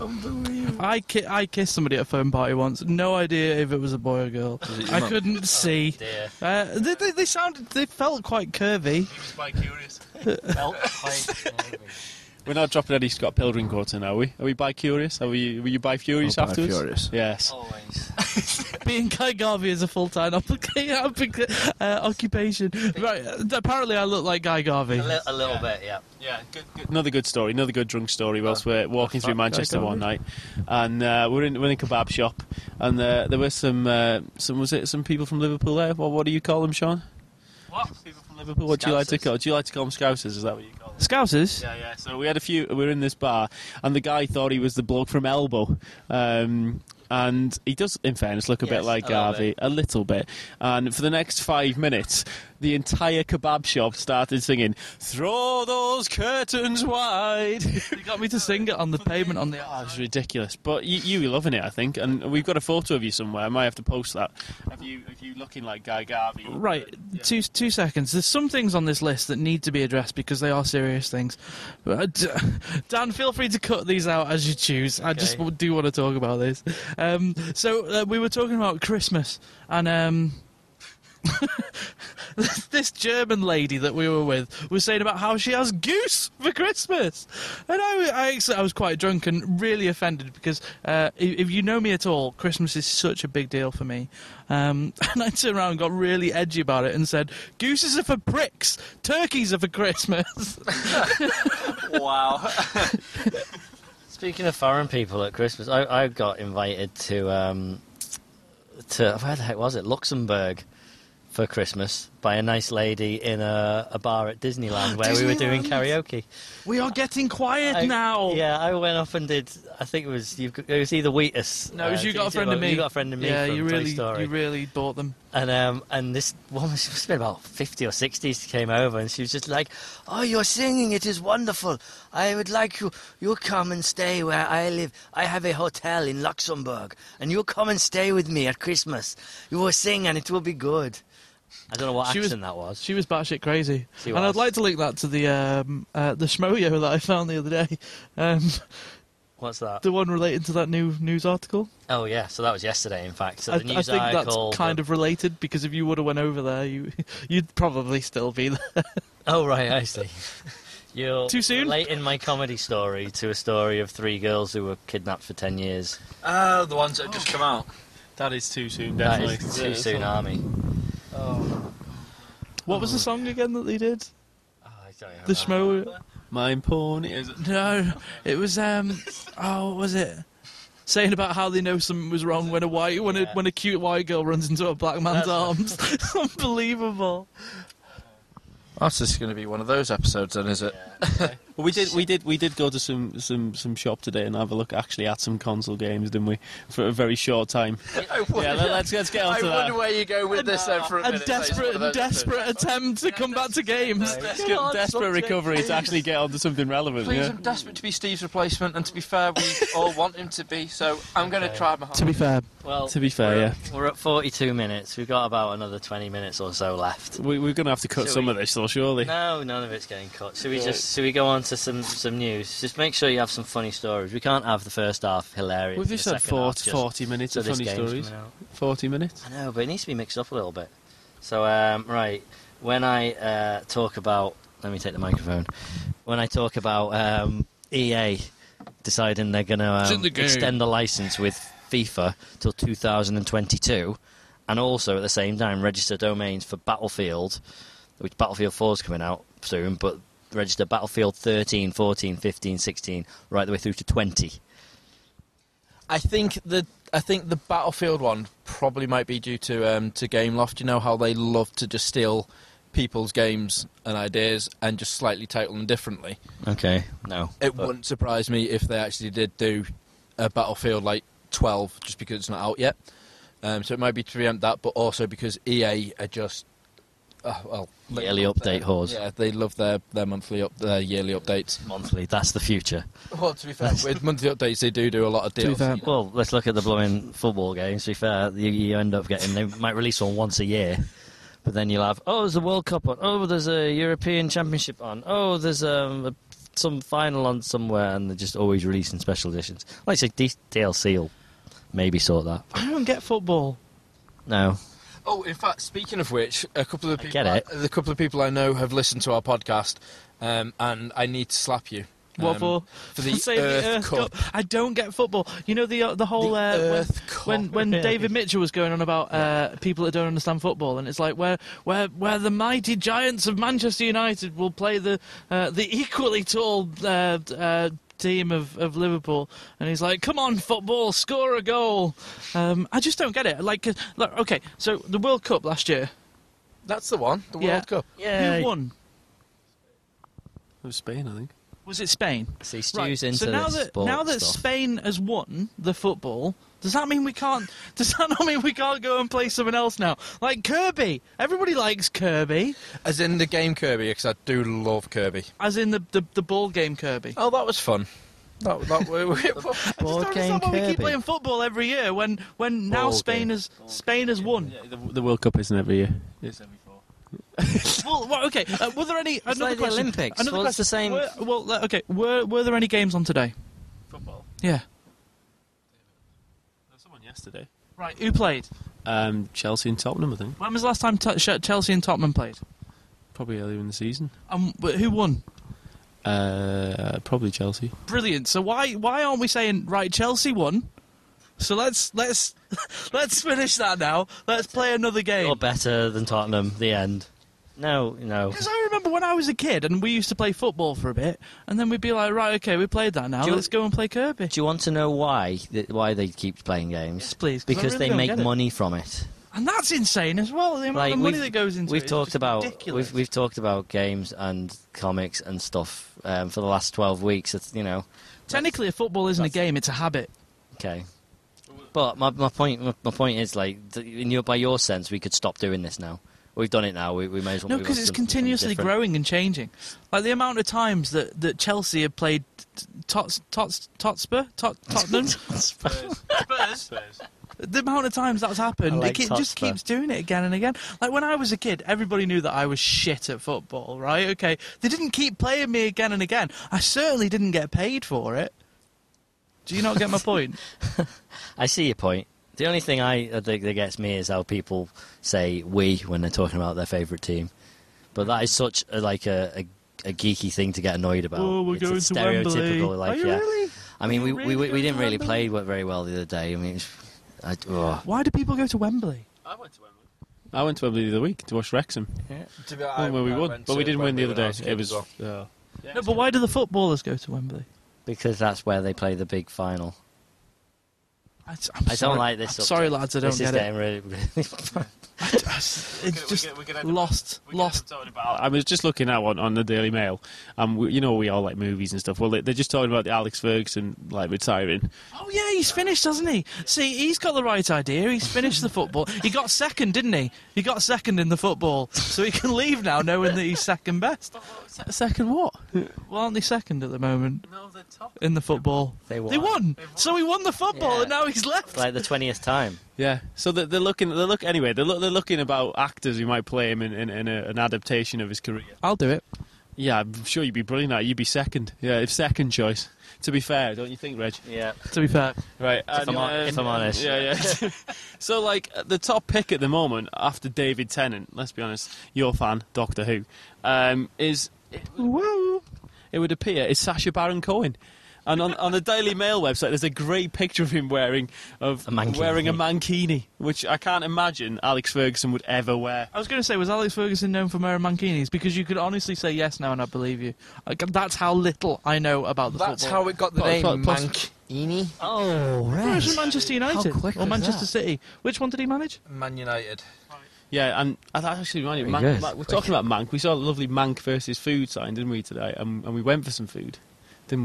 Unbelievable. I, ki- I kissed somebody at a phone party once. No idea if it was a boy or girl. I couldn't see.
Dear.
Uh, they, they, they sounded, they felt quite curvy.
He was quite curious.
Well, I-
We're not dropping any Scott Pilgrim quotes in, are we? Are we bi curious? Are we? Were you bi furious
Oh,
afterwards?
furious.
Yes.
Always.
Being Guy Garvey is a full-time applica- applica- uh, occupation. Right, uh, apparently I look like Guy Garvey.
A, li- a little bit, yeah.
Yeah, good, good. Oh,
Another good story, another good drunk story. Whilst we're walking through Manchester one night, and uh, we're in we're in a kebab shop, and uh, there were some uh, some was it some people from Liverpool there? What what do you call them, Sean?
What?
From Liverpool? What do you like to
Scousers.
call? Do you like to call them scousers? Is that what you call them?
Scousers?
Yeah, yeah. So we had a few. We were in this bar, and the guy thought he was the bloke from Elbow. Um, and he does, in fairness, look a bit
Yes,
like
a little
Garvey, a little bit. And for the next five minutes, the entire kebab shop started singing, Throw those curtains wide.
They got me to sing it on the pavement on the
Oh, it was ridiculous. But you, you were loving it, I think. And we've got a photo of you somewhere. I might have to post that. Have you, have you looking like Guy Garvey?
Right, two two seconds. There's some things on this list that need to be addressed because they are serious things. But uh, D- Dan, feel free to cut these out as you choose. I just
Okay.
w- do want to talk about this. Um, so uh, we were talking about Christmas and. Um, this German lady that we were with was saying about how she has goose for Christmas, and I, I, actually- I was quite drunk and really offended because uh, if, if you know me at all, Christmas is such a big deal for me. Um, and I turned around and got really edgy about it and said, "Gooses are for pricks, turkeys are for Christmas."
Wow.
Speaking of foreign people at Christmas, I, I got invited to um, to where the heck was it? Luxembourg for Christmas by a nice lady in a, a bar at Disneyland where we were doing karaoke.
we are getting quiet
I-
now.
yeah, I went off and did. I think it was you. It was either Wheatus.
No, it was
uh,
you got a friend
well,
of me.
You got a friend of me.
Yeah,
from
you
Toy
really,
Story.
you really bought them.
And um, and this woman, she must have been about 50 or 60, she came over and she was just like, Oh, you're singing, it is wonderful. I would like you, you come and stay where I live. I have a hotel in Luxembourg, and you come and stay with me at Christmas. You will sing and it will be good. I don't know what
She was-
accent that was.
She was batshit crazy,
She
and I'd
was.
like to link that to the um, uh, the schmoyo that I found the other day, um,
What's that?
the one related to that new news article.
Oh, yeah, so that was yesterday, in fact. So
I,
the
I
news
think
article.
that's kind of related because if you would have went over there, you you'd probably still be there.
Oh, right, I see. You're
Too soon?
relating my comedy story to a story of three girls who were kidnapped for 10 years.
Uh,
Oh, the ones that have just come out.
That is too soon,
That
definitely.
is too soon, Army.
What
Oh.
was the song again that they did?
Oh, I don't
The
remember.
schmo?
Mine porn is.
No, it was um. Oh, what was it? Saying about how they know something was wrong when a white when a
Yeah.
when a cute white girl runs into a black man's arms. Unbelievable.
Oh, so this is going to be one of those episodes then, is it?
Well, we did, we did, we did go to some, some, some shop today and have a look actually at some console games, didn't we? For a very short time.
I wonder,
yeah, let, us let's get on
I
to that.
wonder where you go with this then for a,
A
minute. It's one
desperate
of those episodes.
desperate attempt to come back to games.
Desperate- desperate recovery to actually get onto something relevant.
Please,
yeah.
I'm desperate to be Steve's replacement, and to be fair, we all want him to be, so I'm going to
Okay.
try my hardest.
To be fair,
Well,
To be fair,
we're,
yeah.
We're at 42 minutes. We've got about another 20 minutes or so left.
We, we're going to have to cut
Shall
some
we-
of this, though, surely.
No, none of it's getting cut. Should we just? Should we go on to some some news? Just make sure you have some funny stories. We can't have the first half hilarious.
We've
and the
just had
second half
40,
just-
40 minutes
so
of
this
funny
game's
stories.
coming out.
40 minutes?
I know, but it needs to be mixed up a little bit. So, um, right, when I uh, talk about, let me take the microphone. When I talk about um, EA deciding they're going to um, extend the license with FIFA till 2022, and also at the same time register domains for Battlefield, which Battlefield 4 is coming out soon, but register Battlefield 13, 14, 15, 16, right the way through to 20.
I think the I think the Battlefield one probably might be due to um, to GameLoft. You know how they love to just steal people's games and ideas and just slightly title them differently.
Okay, no.
It
but-
wouldn't surprise me if they actually did do a Battlefield like 12 just because it's not out yet. Um, so it might be to preempt that, but also because EA are just uh, well they
Yearly
love their-
update whores.
Yeah, they love their their monthly up their yearly updates.
Monthly, that's the future.
Well, to be fair, with monthly updates they do do a lot of
To be
deals.
fair,
Well, let's look at the blooming football games. To be fair, you, you end up getting they might release one once a year, but then you'll have oh, there's a World Cup on, oh, there's a European Championship on, oh, there's um, a, some final on somewhere, and they're just always releasing special editions. Like I said, D- DLC will maybe sort that.
I don't get football.
No,
Oh, in fact, speaking of which, a couple of the
I
people
get it.
a couple of people I know have listened to our podcast, um, and I need to slap you.
What
um,
for?
For the
Save
Earth, Cup.
Cup. I don't get football. You know the uh, the whole
The
uh,
Earth Cup.
when when, when David Mitchell was going on about uh, people that don't understand football, and it's like where where where the mighty giants of Manchester United will play the uh, the equally tall. Uh, uh, Team of, of Liverpool, and he's like, "Come on, football, score a goal." Um, I just don't get it. Like, uh, like, okay, so the World Cup last year,
That's the one, the
Yeah.
World Cup.
yeah,
who won?
It was Spain, I think.
Was it Spain?
see, Stu's
Right,
into
so now
this
that
sport
now that
stuff.
Spain has won the football, does that mean we can't? Does that not mean we can't go and play someone else now? Like Kirby, everybody likes Kirby,
As in the game Kirby, because I do love Kirby.
as in the the, the ball game Kirby.
Oh, that was fun. That, that, we, we,
I just don't
Board game
understand why we keep
Kirby.
playing football every year when when now
Ball
Spain
game.
has Spain has won.
Yeah, the, the World Cup isn't every year. It's every four.
well, well, okay. Uh, were there any another
like the
question,
Olympics.
Another
Well, it's
question.
the
Were,
same-
well, uh, okay. Were were there any games on today?
Football.
Yeah.
There was someone yesterday.
Right. Who played?
Um, Chelsea and Tottenham, I think.
When was the last time t- Chelsea and Tottenham played?
Probably earlier in the season.
Um, but who won?
Uh, probably Chelsea.
Brilliant. So why why aren't we saying right Chelsea won? So let's let's let's finish that now. Let's play another
You're
game.
better than Tottenham. The end. No, no.
Because I remember when I was a kid and we used to play football for a bit, and then we'd be like, right, okay, we played that now.
Do you-
let's go and play Kirby.
Do you want to know why th- why they keep playing games?
Yes, please, 'cause I
Because
really
they
don't
make
get it.
money from it.
And that's insane as well. The amount of money that goes into
we've
it is
talked
just
about
ridiculous.
we've we've talked about games and comics and stuff um, for the last twelve weeks. It's, you know,
Technically, a football isn't a game; it's a habit.
okay. But my my point my, my point is like th- in your by your sense we could stop doing this now. We've done it now. We, we may as well.
No,
move on
because
to
it's
something
continuously
different.
growing and changing. Like the amount of times that, that Chelsea have played t- Tots Tots Totspur Tot Tottenham Spurs. The amount of times that's happened,
like
it, ke- just
Totspur.
keeps doing it again and again. Like when I was a kid, everybody knew that I was shit at football, right? Okay, they didn't keep playing me again and again. I certainly didn't get paid for it. Do you not get my point?
I see your point. The only thing I I think that gets me is how people say "we" when they're talking about their favorite team, but that is such a, like a, a, a geeky thing to get annoyed about.
oh, we're
it's a
going to
stereotypical,
Wembley.
like
Are you
yeah.
really?
I mean,
Are
we,
you
we,
really
we
going
didn't
to
really
Wembley?
play w- very well the other day. I mean, it's, I, oh.
Why do people go to Wembley?
I went to Wembley. I went to Wembley the other week to watch Wrexham.
to be,
Well,
I,
where we
I
won,
went
but we
to
didn't win the
Wembley
other
when I
day.
was a
It
kid as
was.
well.
uh,
No, but why do the footballers go to Wembley?
because that's where they play the big final.
I, am
I don't like this subject.
sorry, lads, I don't
this is
get it.
getting really, really.
It's just lost, lost.
talking about. I was just looking out on, on the Daily Mail, and we, you know we all like movies and stuff. Well, they- they're just talking about the Alex Ferguson like retiring.
Oh yeah, he's finished, hasn't he? See, he's got the right idea. He's finished the football. He got second, didn't he? He got second in the football, so he can leave now, knowing that he's second best.
Second what?
Well, aren't they second at the moment
No, they're top.
in the football?
They won.
They won. So he won the football,
Yeah.
and now he's left.
like the twentieth time.
Yeah, so they're, they're looking. They're look anyway. They're, look, they're looking about actors who might play him in, in, in a, an adaptation of his career.
I'll do it.
Yeah, I'm sure you'd be brilliant at. it. You'd be second. Yeah, if second choice. To be fair, don't you think, Reg?
Yeah,
To be fair,
Right. uh,
If I'm hon- if I'm honest.
Yeah, yeah. so, like, the top pick at the moment, after David Tennant, let's be honest, your fan, Doctor Who, um, is. Woo! It would appear is Sasha Baron Cohen. And on, on the Daily Mail website, there's a great picture of him wearing of
A mankini.
wearing a mankini, which I can't imagine Alex Ferguson would ever wear.
I was going to say, was Alex Ferguson known for wearing mankinis? Because you could honestly say yes now, and I believe you. Like, that's how little I know about the
That's
football.
how it got the
Plus-
name
plus- plus-
Mancini.
Oh,
He was from
right.
Manchester United
quick
or
was
Manchester
that?
City. Which one did he manage?
Man United.
Yeah, and uh, that actually reminded me.
Very
Mank,
good.
Mank- we're talking about Mank. We saw a lovely Mank versus food sign, didn't we today? And, and we went for some food, didn't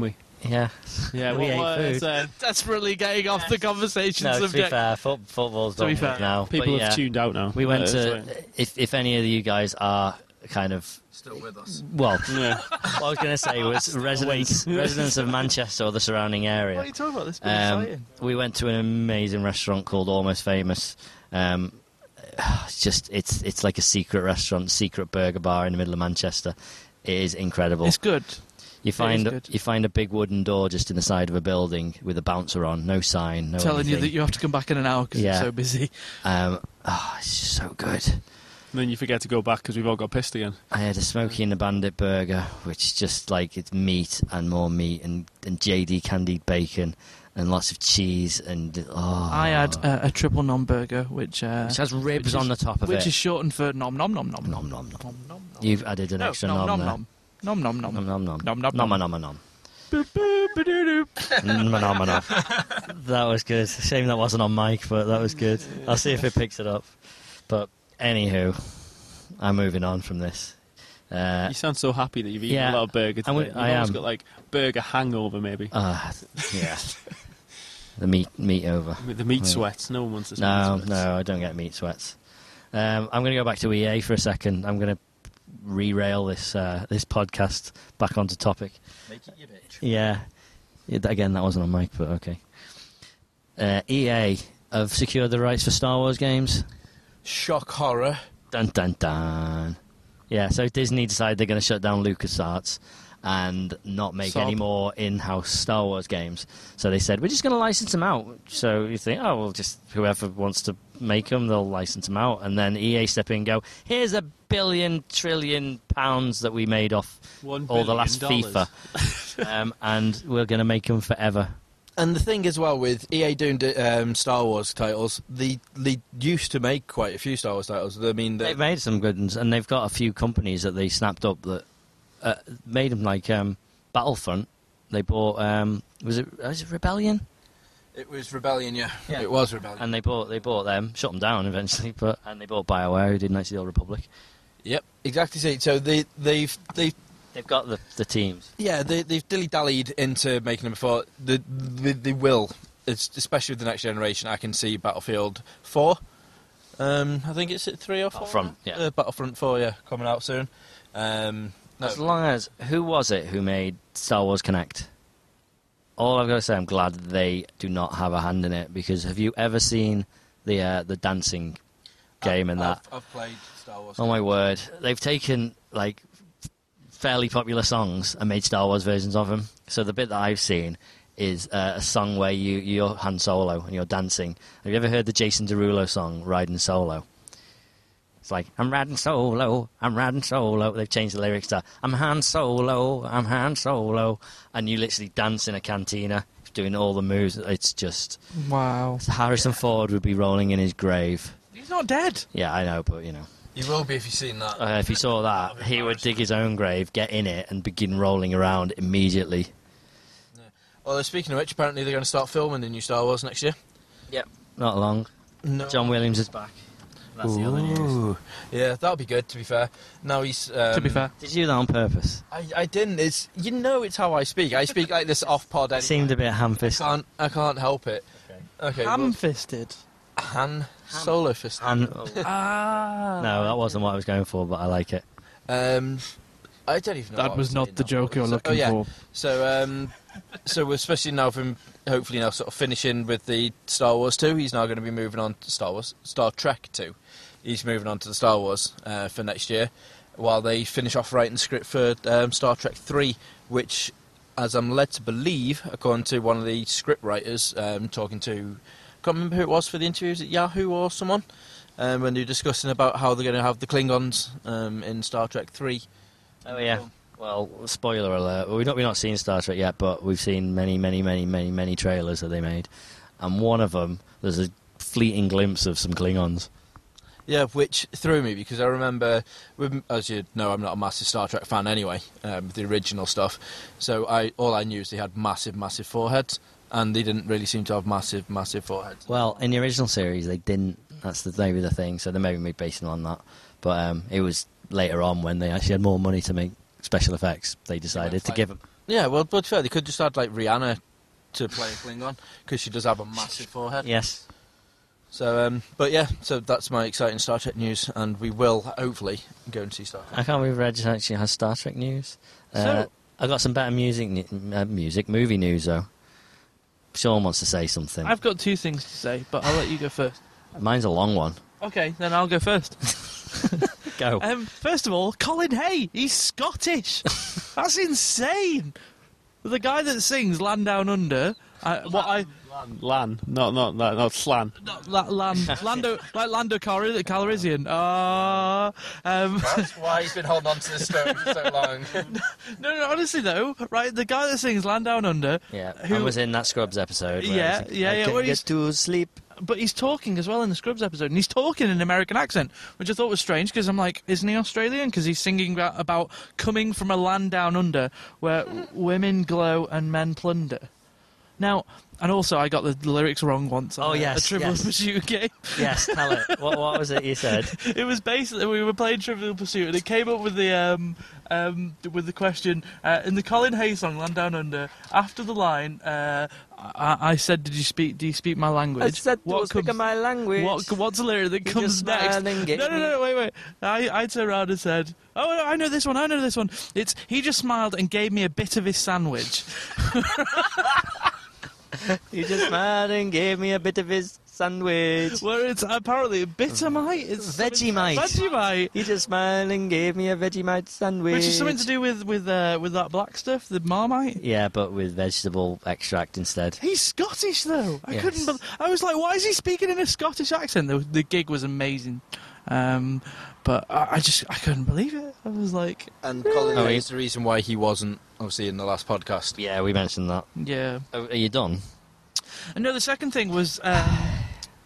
we?
Yeah.
Yeah,
We ate food.
uh,
Desperately getting off the conversation
No, to be
subject.
fair, foot, football's
To be
done
fair.
now. but
people
yeah.
have tuned out now.
We went
Uh,
to. If if any of you guys are kind of
Still with us.
well,
so- yeah.
what I was going to say was residents residents of Manchester or the surrounding area.
What are you talking about? This is
Um,
exciting.
we went to an amazing restaurant called Almost Famous. Um, it's just it's it's like a secret restaurant, secret burger bar in the middle of Manchester. It is incredible.
It's good.
you find
good.
you find a big wooden door just in the side of a building with a bouncer on, no sign, no
Telling you that
anything.
you have to come back in an hour because it's
Yeah.
so busy.
Um, oh, it's just so good.
And then you forget to go back because we've all got pissed again.
I had a Smokey and the Bandit burger, which is just like it's meat and more meat and, and JD candied bacon and lots of cheese and oh,
I had uh, a triple nom burger, which uh,
which has ribs
which
on
is-
the top of
which
it.
is shortened for nom nom nom nom
nom nom nom.
nom nom. nom.
You've added an
No,
extra
nom nom
nom, there.
nom nom nom nom.
Nom nom nom.
Nom, nom,
nom.
nom.
Nom nom nom.
Boop, boop, ba-doo-doo.
Nom, nom, nom, nom. That was good. Shame that wasn't on mic, but that was good. I'll see if it picks it up. But anywho, I'm moving on from this. Uh,
You sound so happy that you've eaten
Yeah.
a lot of burger
I
today.
would-
You've
I
almost
am.
got like burger hangover, maybe.
uh, yeah. the meat meat over.
With the meat
Right.
sweats. No one wants to
No,
meat sweats.
no, I don't get meat sweats. Um, I'm going to go back to EA for a second. I'm going to re-rail this uh, this podcast back onto topic.
Make it your bitch.
Yeah. Yeah, that- Again, that wasn't on mic, but okay. Uh, EA have secured the rights for Star Wars games.
Shock horror.
Dun dun dun. Yeah, so Disney decided they're going to shut down LucasArts and not make
Sob.
any more in-house Star Wars games. So they said, we're just going to license them out. So you think, oh, well, just whoever wants to make them, they'll license them out. And then EA step in and go, here's a billion trillion pounds that we made off
One
all the
billion
last
dollars.
FIFA. um, and we're going to make them forever.
And the thing as well with EA doing d- um, Star Wars titles, they, they used to make quite a few Star Wars titles. I mean, they,
They've made some good ones, and they've got a few companies that they snapped up that uh, made them like um, Battlefront. They bought um, was it was it Rebellion,
it was Rebellion, yeah.
Yeah.
It was Rebellion.
and they bought they bought them, shut them down eventually, but and they bought Bioware, who did Knights of the Old Republic.
yep, exactly. See, so they, they've they've
They've got the the teams.
yeah they, they've dilly dallied into making them before. They, they, they will, it's, especially with the next generation. I can see Battlefield Four. Um, I think it's at three or four.
Battlefront,
now?
yeah.
Uh, Battlefront Four, yeah, coming out soon. Um, no,
As long as who was it who made Star Wars Connect? All I've got to say, I'm glad they do not have a hand in it because have you ever seen the uh, the dancing game
Uh,
and that?
I've, I've played Star Wars.
Oh my word! They've taken like fairly popular songs and made Star Wars versions of them. So the bit that I've seen is uh, a song where you you're Han Solo and you're dancing. Have you ever heard the Jason Derulo song "Riding Solo"? It's like I'm riding solo, I'm riding solo. They've changed the lyrics to I'm Han Solo, I'm Han Solo, and you literally dance in a cantina, doing all the moves. It's just
Wow.
Harrison Ford would be rolling in his grave.
He's not dead.
Yeah, I know, but you know.
You will be if you've seen that.
Uh, if he saw that, he would dig his own grave, get in it, and begin rolling around immediately.
Although speaking of which, apparently they're going to start filming the new Star Wars next year.
Not long.
No.
John Williams is back. That's the other news.
Ooh. Yeah, that'll be good. To be fair, now he's. Um,
to be fair,
Did you do that on purpose?
I, I didn't. It's you know it's how I speak. I speak like this off pod.
It
Anyway.
seemed a bit
I
ham-fisted.
can't. I can't help it. Okay.
ham fisted.
well, Han Solo fist.
And,
Ah.
no, that wasn't what I was going for, but I like it.
Um, I don't even. know
That
what
was
I'm
not
saying
the
now.
joke you're
So-
looking
oh, yeah.
for.
So um, so we're especially now from hopefully now sort of finishing with the Star Wars two. He's now going to be moving on to Star Wars Star Trek two. He's moving on to the Star Wars uh, for next year, while they finish off writing the script for um, Star Trek three, which, as I'm led to believe, according to one of the script writers, um, talking to, can't remember who it was for the interviews at Yahoo or someone. Um, when they were discussing about how they're going to have the Klingons um, in Star Trek 3,
Oh, yeah. Well, spoiler alert. We're not, we're not seeing Star Trek yet, but we've seen many, many, many, many, many trailers that they made. And one of them, there's a fleeting glimpse of some Klingons.
Yeah, which threw me because I remember, with- as you know, I'm not a massive Star Trek fan anyway, um, the original stuff. So I all I knew is they had massive, massive foreheads, and they didn't really seem to have massive, massive foreheads.
Well, in the original series, they didn't. That's the, maybe the thing. So they maybe made basing on that. But um, it was later on when they actually had more money to make special effects. They decided to
like-
give them.
Yeah, well, but fair, they could just add like Rihanna to play a Klingon because she does have a massive forehead.
Yes.
So, um, but yeah, so that's my exciting Star Trek news, and we will hopefully go and see Star Trek.
I can't believe Reg actually has Star Trek news. uh,
So-
I got some better music, ne- uh, music movie news though. Sean wants to say something.
I've got two things to say, but I'll let you go first.
Mine's a long one.
Okay, then I'll go first.
Go.
Um, first of all, Colin Hay, he's Scottish. That's insane. The guy that sings "Land Down Under," I, what I
Lan, not not that, not Slan.
not, La- Land Lando like Lando Cal- Calrissian. Ah, um,
That's why he's been holding on to this story for so long.
no, no, honestly though, right? The guy that sings "Land Down Under,"
yeah, I
who-
was in that Scrubs episode. where I
Yeah,
was like,
yeah,
I
yeah,
couldn't
where
get
he's-
to sleep.
but he's talking as well in the Scrubs episode, and he's talking in an American accent, which I thought was strange because I'm like, isn't he Australian? Because he's singing about, about coming from a land down under where w- women glow and men plunder. Now, and also I got the lyrics wrong once. on
Oh,
a-
yes,
a Trivial
yes.
Pursuit game.
Yes, tell it. What, what was it you said?
It was basically we were playing Trivial Pursuit, and it came up with the um, um, with the question uh, in the Colin Hay song "Land Down Under." After the line, uh, I, I said, "Did you speak? Do you speak my language?" What comes-
my language.
What, what's the lyric that
You
comes
just smile
next?
and
No,
get
no, no,
me.
no, wait, wait. I, I turned around and said, "Oh, no, I know this one. I know this one." It's he just smiled and gave me a bit of his sandwich.
You just smiled and gave me a bit of his sandwich.
Where it's apparently Bittermite. It's something-
Vegemite.
Vegemite.
You just smiled and gave me a Vegemite sandwich.
Which is something to do with with uh, with that black stuff, the Marmite.
Yeah, but with vegetable extract instead.
He's Scottish though. I
Yes.
couldn't. bel I was like, why is he speaking in a Scottish accent? The, the gig was amazing, um, but I, I just I couldn't believe it. I was like,
And Colin
Oh,
Hay
he-
is the reason why he wasn't obviously in the last podcast.
Yeah, we mentioned that.
yeah.
Oh, Are you done?
And no, the second thing was. Um,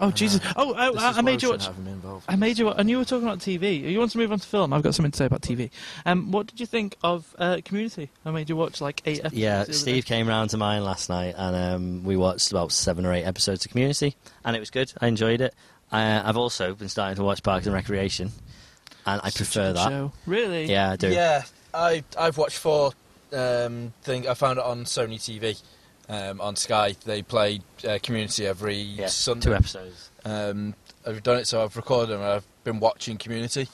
oh Jesus! Oh, I,
This
I,
is
I
why
made
we
you
shouldn't
watch.
have him involved.
I made you. wa- And you were talking about TV. You want to move on to film? I've got something to say about TV. Um, what did you think of uh, Community? I made you watch like eight episodes.
Yeah,
the other
Steve
day.
came round to mine last night, and um, we watched about seven or eight episodes of Community, and it was good. I enjoyed it. Uh, I've also been starting to watch Parks and Recreation, and I prefer
Good
that.
show. Really?
Yeah, I do.
Yeah, I I've watched four. Um, thing I found it on Sony TV, um, on Sky. They play uh, Community every
Yeah,
Sunday.
two episodes.
Um, I've done it, so I've recorded them. And I've been watching Community,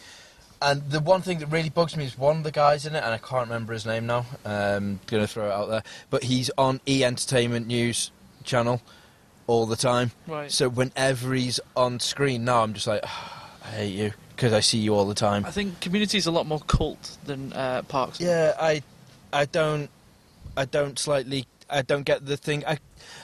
and the one thing that really bugs me is one of the guys in it, and I can't remember his name now. Um, gonna throw it out there, but he's on E Entertainment News channel all the time.
Right.
So whenever he's on screen now, I'm just like, I hate you because I see you all the time.
I think Community is a lot more cult than uh, Parks.
Yeah, I, I don't, I don't slightly, I don't get the thing. I,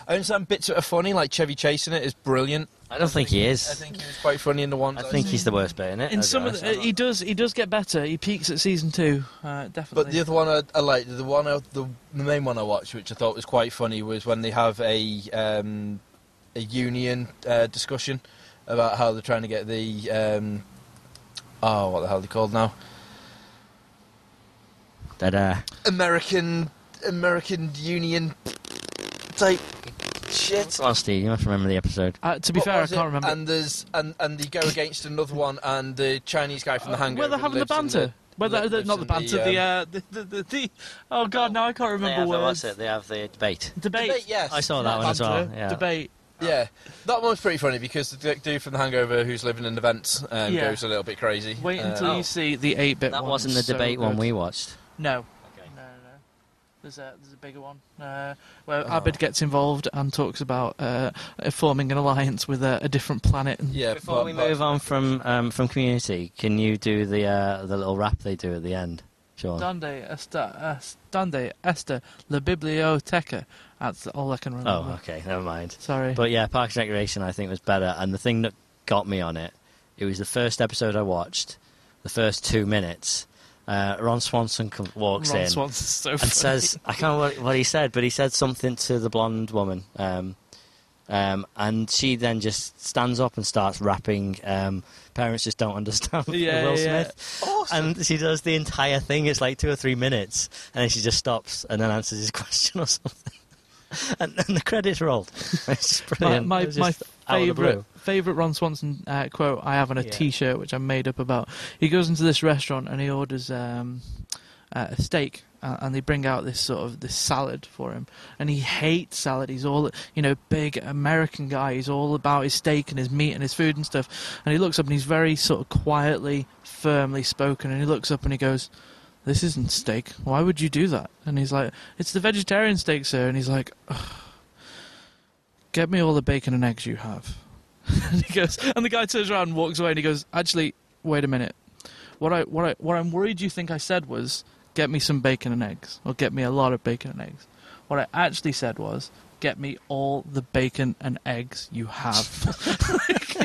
I understand bits that are funny, like Chevy Chase in it is brilliant.
I don't think he
I
is.
think he was quite funny in the one.
I think he's the worst bit in it.
In
I'll be
some of
honest.
the, uh, he does he does get better. He peaks at season two, uh, definitely.
But the other one I, I like, the one I, the, the main one I watched, which I thought was quite funny, was when they have a um, a union uh, discussion about how they're trying to get the um, oh, what the hell are they called now?
Da-da.
American American Union type shit.
Come on, Steve, you must remember the episode.
uh, to be
What
fair, I
was
can't
it?
remember.
And there's and and they go against another one, and the Chinese guy from the Hangover.
Uh, Where they're having the
lives in
banter. Where
li-
the, the,
lives
not the
in um,
banter, the, uh, the, the, the, the- oh god, now I can't
They
remember
have, the-
words.
what's it? They have the debate.
Debate.
debate. Yes,
I saw Oh, that one as well.
Banter,
Yeah.
Debate.
Yeah, that one was pretty funny because the dude from the Hangover who's living in the vents um,
Yeah.
goes a little bit crazy.
Wait
Uh,
until you see the eight bit.
That wasn't the debate one we watched.
No.
Okay.
No, no, no. There's a there's a bigger one uh, where
Oh.
Abed gets involved and talks about uh, forming an alliance with a, a different planet. And
Yeah,
Before
but-
we
but-
move on from um, from Community, can you do the uh, the little rap they do at the end, Sean?
Dande esta, es, Dande esta la biblioteca. That's all I can remember.
Oh, okay, never mind.
Sorry.
But yeah, Parks and Recreation I think was better. And the thing that got me on it, it was the first episode I watched, the first two minutes, uh, Ron Swanson com- walks
Ron
in
Swanson's so
and
funny.
says, I can't remember what- what he said, but he said something to the blonde woman. Um, um, and she then just stands up and starts rapping. Um, Parents just don't understand
Yeah,
Will
yeah.
Smith, and she does the entire thing. It's like two or three minutes, and then she just stops and then answers his question or something. And, and the credits rolled. It's just
My,
brilliant.
my,
It was
my
just out of the
favorite
blue.
favorite Ron Swanson uh, quote I have on a
Yeah.
shirt which I made up about. He goes into this restaurant and he orders um, uh, a steak, uh, and they bring out this sort of this salad for him, and he hates salad. He's all you know, big American guy. He's all about his steak and his meat and his food and stuff. And he looks up and he's very sort of quietly, firmly spoken, and he looks up and he goes. This isn't steak. Why would you do that? And he's like, "It's the vegetarian steak, sir." And he's like, get me all the bacon and eggs you have. and he goes, and the guy turns around and walks away, and he goes, actually, wait a minute. What I what I what I'm worried you think I said was, get me some bacon and eggs, or get me a lot of bacon and eggs. What I actually said was, get me all the bacon and eggs you have.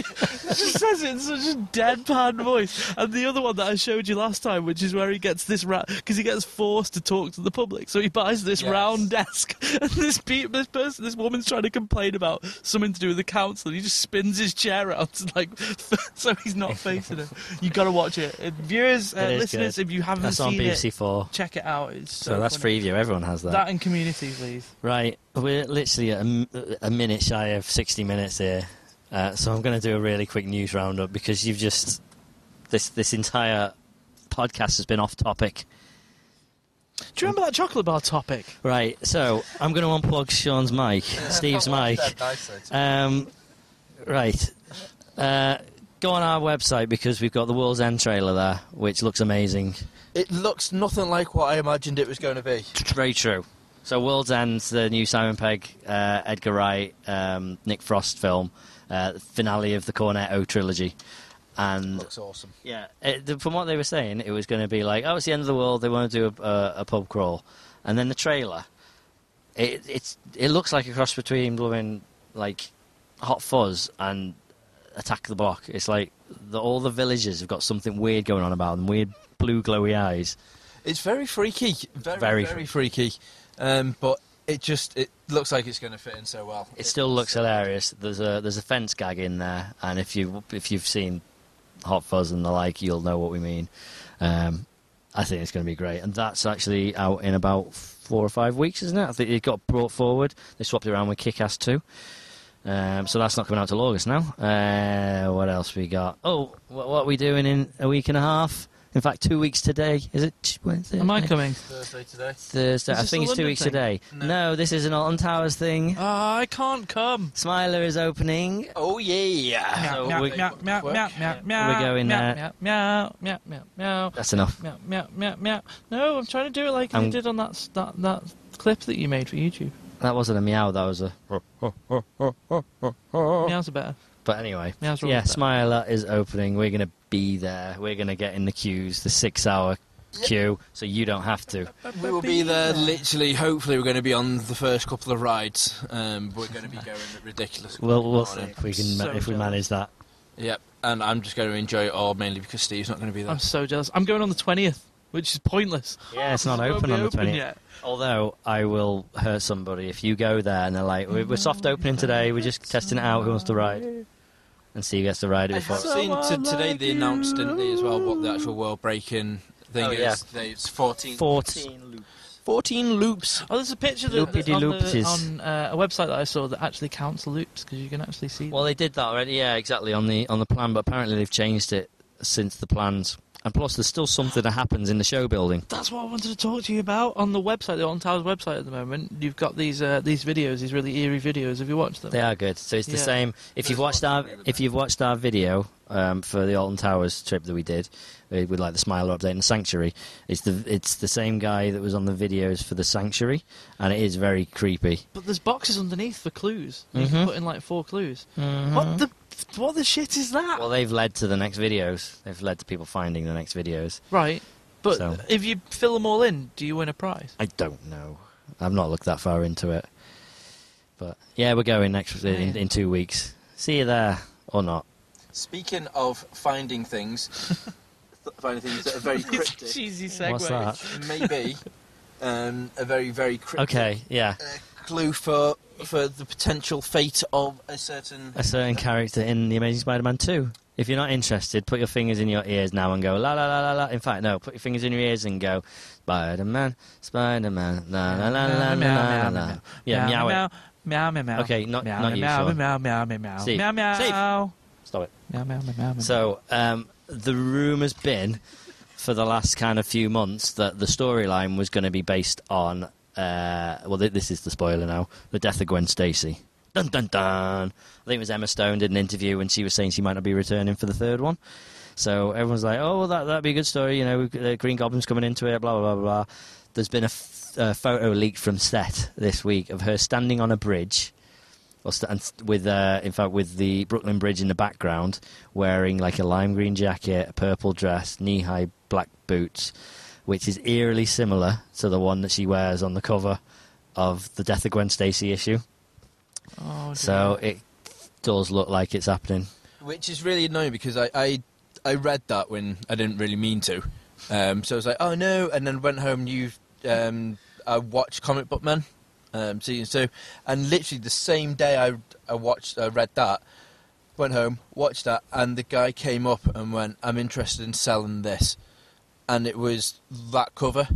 He just says it in such a deadpan voice. And the other one that I showed you last time, which is where he gets this round, because he gets forced to talk to the public, so he buys this
Yes.
round desk, and this pe- this person, this woman's trying to complain about something to do with the council. He just spins his chair around, like so he's not facing it. You got to watch it, Uh, viewers, uh,
It is
listeners.
good.
If you haven't
That's on
seen
BBC
it,
Four.
check it out. It's so,
So, that's
funny.
Freeview. Everyone has that.
That and Community, please.
Right, we're literally at a, m- a minute shy of 60 minutes here, uh, so I'm going to do a really quick news roundup because you've just this this entire podcast has been off topic.
Do you remember that chocolate bar topic?
Right, so I'm going to unplug Sean's mic, Steve's mic. Um, right, uh, go on our website because we've got the World's End trailer there, which looks amazing.
It looks nothing like what I imagined it was going to be.
Very true. So World's End, the new Simon Pegg, uh, Edgar Wright, um, Nick Frost film, uh, finale of the Cornetto trilogy, and
Looks awesome.
yeah, it, th- from what they were saying, it was going to be like, oh, it's the end of the world. They want to do a, a, a pub crawl, and then the trailer. It it's it looks like a cross between blooming like Hot Fuzz and Attack the Block. It's like the, all the villagers have got something weird going on about them, weird blue glowy eyes.
It's very freaky, very
Very
very, freaky, um, but it just it looks like it's going to fit in so well.
It still looks hilarious. There's a there's a fence gag in there, and if you if you've seen Hot Fuzz and the like, you'll know what we mean. Um, I think it's going to be great, and that's actually out in about four or five weeks, isn't it? I think it got brought forward. They swapped it around with Kick Ass Two, um, so that's not coming out till August now. Uh, what else we got? Oh, what, what are we doing in a week and a half? In fact, two weeks today. Is it t- Wednesday?
Am I coming?
Thursday today.
Thursday.
Is
I
this
think
the
it's two
London
weeks
thing?
today. No.
No.
this is an Alton Towers thing.
Ah, I can't come.
Smiler is opening.
Oh yeah.
Meow,
So
meow,
we-
meow, meow, meow, meow, meow,
We're going
meow,
there.
meow, meow, meow, meow, meow,
That's enough.
meow, meow, meow, meow. No, I'm trying to do it like
Um,
you did on that, s- that that clip that you made for YouTube.
That wasn't a meow. That was a. Oh.
Meows are better.
But anyway,
Meows are
yeah,
always better.
Smiler is opening. We're gonna be there. We're gonna get in the queues, the six-hour queue, so you don't have to.
We will be there literally. Hopefully, we're going to be on the first couple of rides. Um, we're going to be going at ridiculous.
We'll we'll see
morning.
if we can ma-
So
if we
jealous.
manage that.
Yep, and I'm just going to enjoy it all mainly because Steve's not going to be there.
I'm so jealous. I'm going on the 20th, which is pointless.
Yeah, it's not
It won't
open
be
on the twentieth.
yet.
Although I will hurt somebody if you go there and they're like, "We're, we're soft opening today. We're just testing it out. Who wants to ride?" And Steve gets to ride it
I
before.
have seen to, today they announced, didn't they, as well, what the actual world breaking thing
Oh,
is.
yeah.
They- It's 14,
Fourteen.
14 loops.
Oh, there's a picture that,
Loopy
that's on, the,
de-loopsies.
on uh, a website that I saw that actually counts loops because you can actually see.
Well,
them.
they did that already. Yeah, exactly on the on the plan, but apparently they've changed it since the plans. And plus, there's still something that happens in the show building.
That's what I wanted to talk to you about on the website, the On Towers website at the moment. You've got these uh, these videos, these really eerie videos. Have you watched them?
They are good. So it's the
Yeah.
same. If you've watched our if you've watched our video um, for the Alton Towers trip that we did uh, with like the Smiler update and Sanctuary, it's the it's the same guy that was on the videos for the Sanctuary, and it is very creepy.
But there's boxes underneath for clues. You can
Mhm.
put in like four clues.
Mm-hmm.
Mm-hmm. What the what the shit is that?
Well, they've led to the next videos. They've led to people finding the next videos.
right. But
So-
if you fill them all in, do you win a prize?
I don't know. I've not looked that far into it. But yeah, we're going next in,
yeah.
in two weeks. See you there or not.
Speaking of finding things,
find things that are very cryptic.
cheesy segue.
What's that?
Maybe um, a very, very cryptic
Okay, yeah.
uh, clue for for the potential fate of a certain.
A certain character in The Amazing Spider Man 2. If you're not interested, put your fingers in your ears now and go la la la la la. In fact, no, put your fingers in your ears and go Spider Man, Spider Man, la la la la la la la. Yeah, meow it.
Meow, meow, meow.
Okay, not-
meow,
not
meow,
you,
meow,
Sean.
meow, meow, meow, meow.
Steve.
Meow, meow.
Steve.
Meow,
Stop it.
meow, meow, meow, meow.
So um, the rumour's been for the last kind of few months that the storyline was going to be based on. Uh, well, th- this is the spoiler now: the death of Gwen Stacy. Dun dun dun. I think it was Emma Stone did an interview and she was saying she might not be returning for the third one. So everyone's like, "Oh, well, that that'd be a good story." You know, the Green Goblin's coming into it. Blah blah blah blah. blah. There's been a f- uh, photo leaked from set this week of her standing on a bridge or st- and st- with uh, in fact with the Brooklyn Bridge in the background, wearing like a lime green jacket, a purple dress, knee high black boots, which is eerily similar to the one that she wears on the cover of the Death of Gwen Stacy issue.
Oh, dear.
So it does look like it's happening.
Which is really annoying because I, I, I read that when I didn't really mean to. Um, so I was like, oh no, and then went home. and You, um, I watched Comic Book Man um, season two, and literally the same day I, I watched, I read that, went home, watched that, and the guy came up and went, I'm interested in selling this, and it was that cover,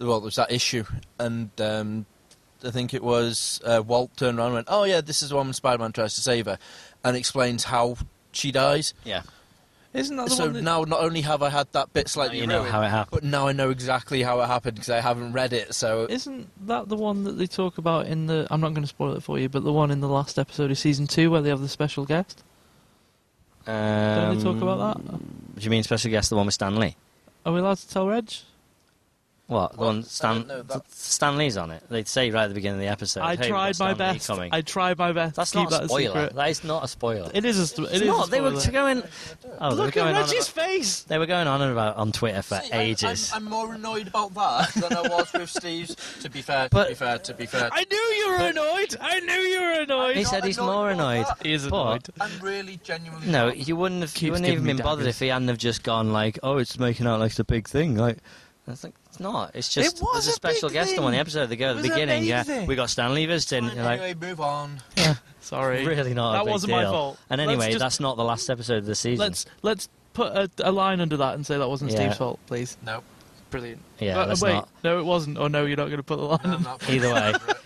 well, it was that issue, and um, I think it was uh, Walt turned around and went, oh yeah, this is the one Spider Man tries to save her, and explains how she dies.
Yeah,
isn't that the
So
one that-
now, not only have I had that bit slightly
you know
ruined,
how it happened.
but now I know exactly how it happened because I haven't read it. So
Isn't that the one that they talk about in the? I'm not going to spoil it for you, but the one in the last episode of season two where they have the special guest. Don't they talk about that?
Um, Do you mean special guest the one with Stan Lee?
Are we allowed to tell Reg?
What the
Well, I
one Stan?
don't know, that-
Stan Lee's on it. They'd say right at the beginning of the episode.
I
"Hey, we've
tried
got
my
Stan Lee
best.
Coming.
I tried my best.
That's
Keep
not
that
a
a
spoiler.
secret.
That is not a spoiler.
It is a. St- it is
It's
a
not. They were
spoiler.
going. Oh, they were
Look
going
at
on
Reg's
about,
face.
They were going on and about on Twitter for
See, I'm-
ages.
I'm, I'm more annoyed about that than I was with Steve's. To be fair, to
But-
be fair, to be fair,
I knew you were annoyed. I knew you were annoyed.
he said he's
annoyed
more
about
annoyed.
that.
He is
But-
annoyed.
I'm really genuinely.
No, you wouldn't have. You
Keeps
wouldn't
giving
have even
me
been bothered
daggers.
if he hadn't have just gone like, "Oh, it's making out like it's a big thing." Like, I was like, it's not. It's just
was
there's a
a
special
big
guest on one
thing.
episode. They go at the
was
beginning. Yeah,
amazing.
we got Stanley visiting.
Anyway,
You're like,
move on.
Sorry.
really not. a
That
big
wasn't my
deal.
fault.
And
Let's
anyway,
just-
that's not the last episode of the season.
Let's let's put a, a line under that and say that wasn't
Yeah.
Steve's fault, please.
No,
Brilliant.
yeah,
But- uh,
let's
wait,
not.
no, it wasn't. Oh no, you're not going to put the line.
I'm
in.
not putting
Mm, Either way,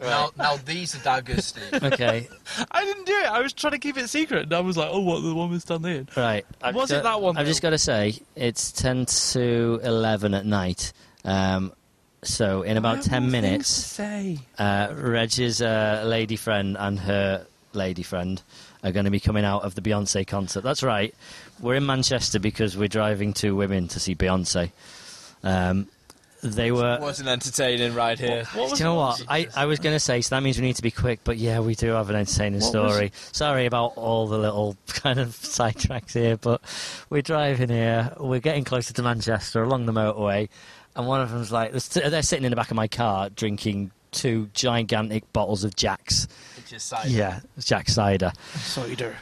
Now, now these are daggers, Steve.
okay,
I didn't do it. I was trying to keep it secret, and I was like, "Oh, what the woman's done there."
right.
Was it
got-
that one,
I've just
though?
got to say, it's ten to eleven at night. Um, so in about ten minutes.
say.
Uh, Reg's uh, lady friend and her lady friend are going to be coming out of the Beyonce concert. That's right. We're in Manchester because we're driving two women to see Beyonce. Um, they were.
was an entertaining ride here.
What
Do
was
you know what? I, I was going to say, so that means we need to be quick, but yeah, we do have an entertaining
What was-
story. Sorry about all the little kind of sidetracks here, but we're driving here, we're getting closer to Manchester along the motorway, and one of them's like, they're sitting in the back of my car drinking two gigantic bottles of Jack's.
Which is sad.
Yeah, Jack Cider.
cider?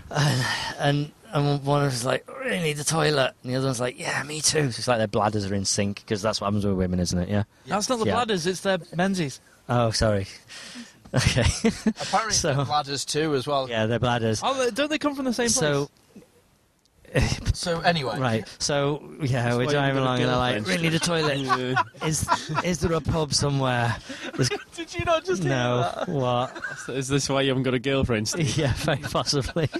And and one of them's like, really need the toilet. And the other one's like, yeah, me too. So it's like their bladders are in sync because that's what happens with women, isn't it? Yeah.
That's not the
Yeah.
bladders. It's their menzies.
Oh, sorry. Okay.
Apparently,
So-
the ladders too, as well.
yeah, their bladders.
Oh, they- don't they come from the same place?
So,
So anyway,
right. So, yeah, we're
why
driving
you've
along
got a
and they're like,
girlfriend.
really need the toilet.
Yeah.
is, is there a pub somewhere?
did you not just hear
no.
that?
What?
So Is this why you haven't got a girlfriend? Steve?
yeah, very possibly.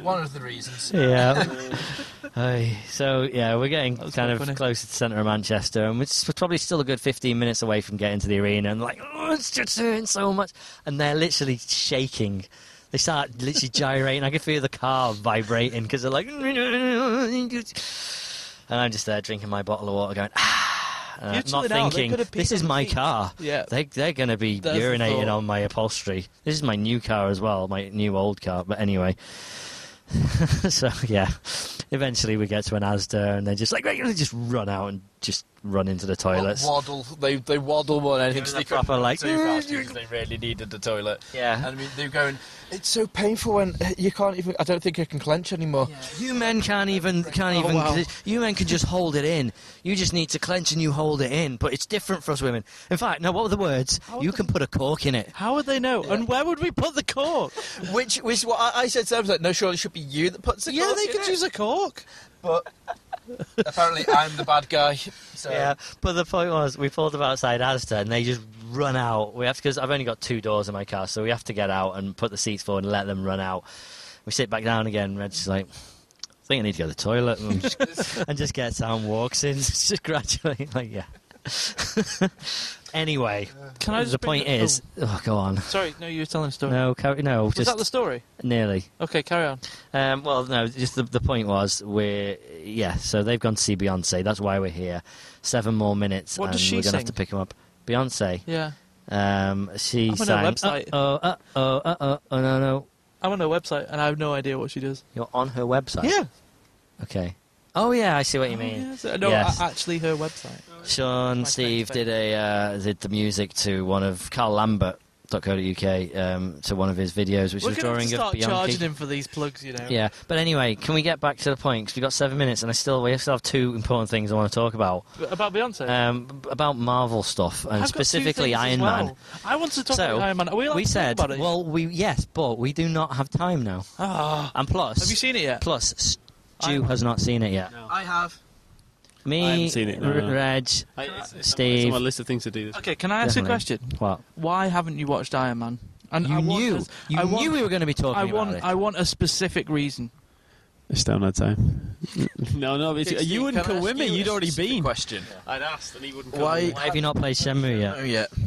one of the reasons.
yeah. Aye. so yeah, we're getting
That was
kind
quite
of
funny.
closer to centre of Manchester, and we're, s- we're probably still a good 15 minutes away from getting to the arena. And like, oh, it's just hurting so much, and they're literally shaking. They start literally gyrating. I can feel the car vibrating because they're like, and I'm just there drinking my bottle of water, going, ah, and
You're
I'm not
chilling out. They
thinking,
could have peed
this is
on
my
your feet."
car.
Yeah.
They, they're going to be
That's the
urinating
thought.
on my upholstery. This is my new car as well, my new old car. But anyway, so yeah, eventually we get to an Asda and they're just like, right, you know, just run out and just
run into the toilets.
Waddle. They they waddle more than anything.
Doing
'cause
the
They couldn't
proper,
run
like,
too fast because they really needed the toilet.
Yeah.
And I mean, they're going. It's so painful when uh, you can't even. I don't think I can clench anymore.
You men can't even can't even you men can just hold it in. You just need to clench and you hold it in. But it's different for us women. In fact, now what were the words? You can put a cork in it.
How would they know? And where would we put the cork?
Which which what I, I said to them I was like, no, surely it should be you that puts the.
yeah,
cork
they
in
could
it."
use a cork.
But apparently, I'm the bad guy. So
Yeah, but the point was, we pulled them outside Asda, and they just run out. We have because I've only got two doors in my car, so we have to get out and put the seats forward and let them run out. We sit back down again. Red's like, I think I need to go to the toilet, and, I'm just, and just gets out and walks in, just gradually. Like, yeah. anyway,
Can I just
the
bring
point
up-
is, oh, go on.
Sorry, no, you were telling a story.
No, carry, no,
Was
just
that the story?
nearly.
Okay, carry on.
Um, well, no, just the, the point was we're yeah. So they've gone to see Beyonce. That's why we're here. Seven more minutes,
What
and
does she
we're gonna
sing?
have to pick them up. Beyonce.
Yeah.
Um, she
I'm on her
sang.
website.
Oh, uh oh, uh oh, oh no, no.
I'm on her website and I have no idea what she does.
You're on her website.
Yeah.
Okay. Oh yeah, I see what you
Oh,
mean.
yes. No,
Yes.
a- actually, her website.
Sean
My
Steve
friend's
did a uh, did the music to one of Carl Lambert. .co.uk um, to one of his videos, which
We're going
was
to
drawing
start
of Bianchi.
charging him for these plugs, you know.
Yeah, but anyway, can we get back to the point? Because we've got seven minutes, and I still we still have two important things I want to talk about
B- About Beyonce.
um, b- about Marvel stuff, and
I've got two
specifically
things as
Iron
well.
Man.
I want to talk
So,
about Iron Man. Are we allowed
we
to
said,
talk about it?
well, we yes, but we do not have time now.
Ah.
And plus,
have you seen it yet?
plus
Iron
Stu has not seen it yet.
I have.
Me,
I haven't seen it, no,
R-
no.
Reg,
I, it's, it's
Steve.
on my list of things to do. This.
Okay, can I ask
Definitely.
a question?
what?
Why haven't you watched Iron Man? And
You
I want
knew,
us-
you
I
knew
want,
we were going to be talking
I
about
want,
it.
I want a specific reason.
It's down that time. no, no, it's,
Steve,
you wouldn't
can I
come
ask
with me.
you
You'd
a
already
stupid
been.
Question.
I'd asked, and he wouldn't.
Why?
Why have you not played Shenmue
Oh
yet?
yeah.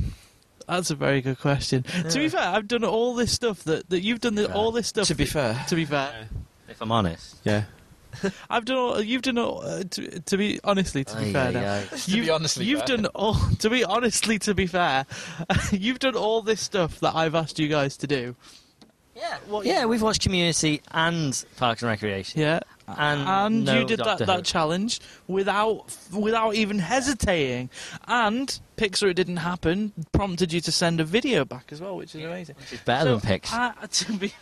That's a very good question. To be fair, I've done all this stuff that, that you've done. The, all this stuff.
To be
that-
fair.
to be fair,
If I'm honest.
Yeah.
I've done. All, you've done. All, uh, to, to be honestly, to be
Aye,
fair,
aye,
now.
aye.
be
You've,
honestly
you've
fair.
done all. To be honestly, to be fair, you've done all this stuff that I've asked you guys to do.
Yeah, we've watched Community and Parks and Recreation.
Yeah,
And,
and
Mm, no
you did
Doctor
that,
Who.
that challenge without without even hesitating. And Pixar, it didn't happen, prompted you to send a video back as well, which is amazing.
Better
So,
than Pix.
I- to be,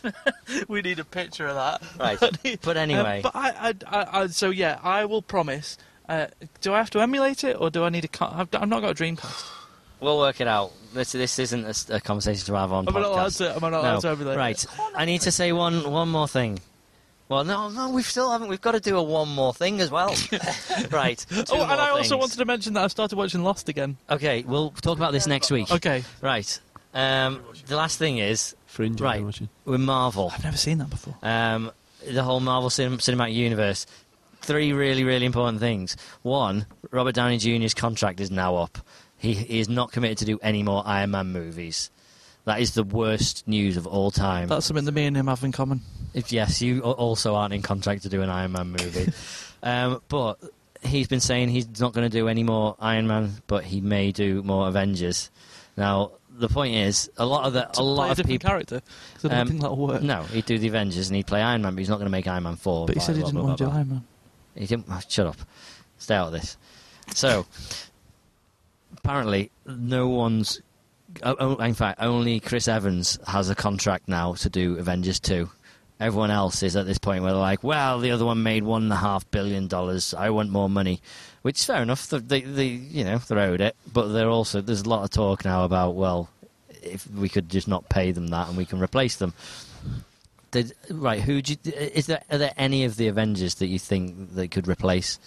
we need a picture of that.
Right. But anyway.
Uh, but I, I, I, I, so yeah, I will promise. Uh, do I have to emulate it, or do I need a? co- I've, I've not got a Dreamcast.
We'll work it out. This, this isn't a s- a, conversation to have on
Am I not allowed
podcast.
to- am Oh, I not
No.
allowed to have it?
Right. I need to say one one more thing. Well, no, no, we still haven't. We've got to do a one more thing as well. right. two
Oh,
more
and I also
things.
wanted to mention that I started watching Lost again.
Okay, we'll talk about this next week.
Okay,
Right. Um, the last thing is
Fringe. I've
right
been watching.
with Marvel.
I've never seen that before.
um, the whole Marvel cin- Cinematic Universe. Three really, really important things. One, Robert Downey Jr.'s contract is now up. He, he is not committed to do any more Iron Man movies. That is the worst news of all time.
That's something that me and him have in common.
If yes, you a- also aren't in contract to do an Iron Man movie, um, but he's been saying he's not going to do any more Iron Man, but he may do more Avengers. Now the point is, a lot of the a
To play
lot
a
of
different
people.
character. 'cause I don't
Um,
think that'll work.
No, he'd do the Avengers and he'd play Iron Man, but he's not going to make Iron Man four.
but he
blah,
said he
blah,
didn't
blah,
want to
blah,
do
blah.
Iron Man.
He didn't. oh, shut up. Stay out of this. So, apparently, no one's. oh, oh, In fact, only Chris Evans has a contract now to do Avengers 2. Everyone else is at this point where they're like, well, the other one made one and a half billion dollars. I want more money. Which is fair enough. They, they, they, you know, they're owed it. But they're also, there's a lot of talk now about, well, if we could just not pay them that and we can replace them. Did, right, who do you, is there? Are there any of the Avengers that you think they could replace?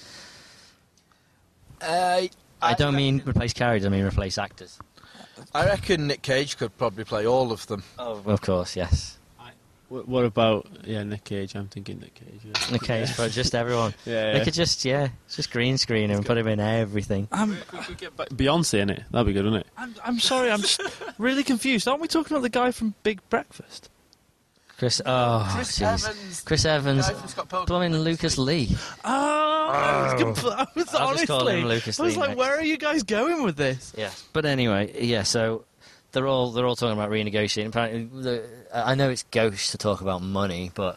Uh,
I, don't mean replace characters. I mean replace actors.
I reckon Nick Cage could probably play all of them.
Oh, of course, yes.
What, what about yeah Nick Cage? I'm thinking Nick Cage. Yeah.
Okay, it's for just everyone.
Yeah,
They
yeah.
could just yeah, just green screen him and put him in everything.
I'm,
But Beyonce in it. That'd be good, wouldn't it?
I'm, I'm sorry, I'm just really confused. Aren't we talking about the guy from Big Breakfast?
Chris. Oh,
Chris
jeez.
Evans.
Chris Evans.
Guy from Scott Pilgrim.
Plumbing Lucas Lee.
Oh, I was, compl- I was honestly,
I'll Oh. just call him Lucas
I was
Lee
like,
next.
where are you guys going with this?
Yeah. But anyway, yeah. So they're all they're all talking about renegotiating. Apparently, the, I know it's gauche to talk about money, but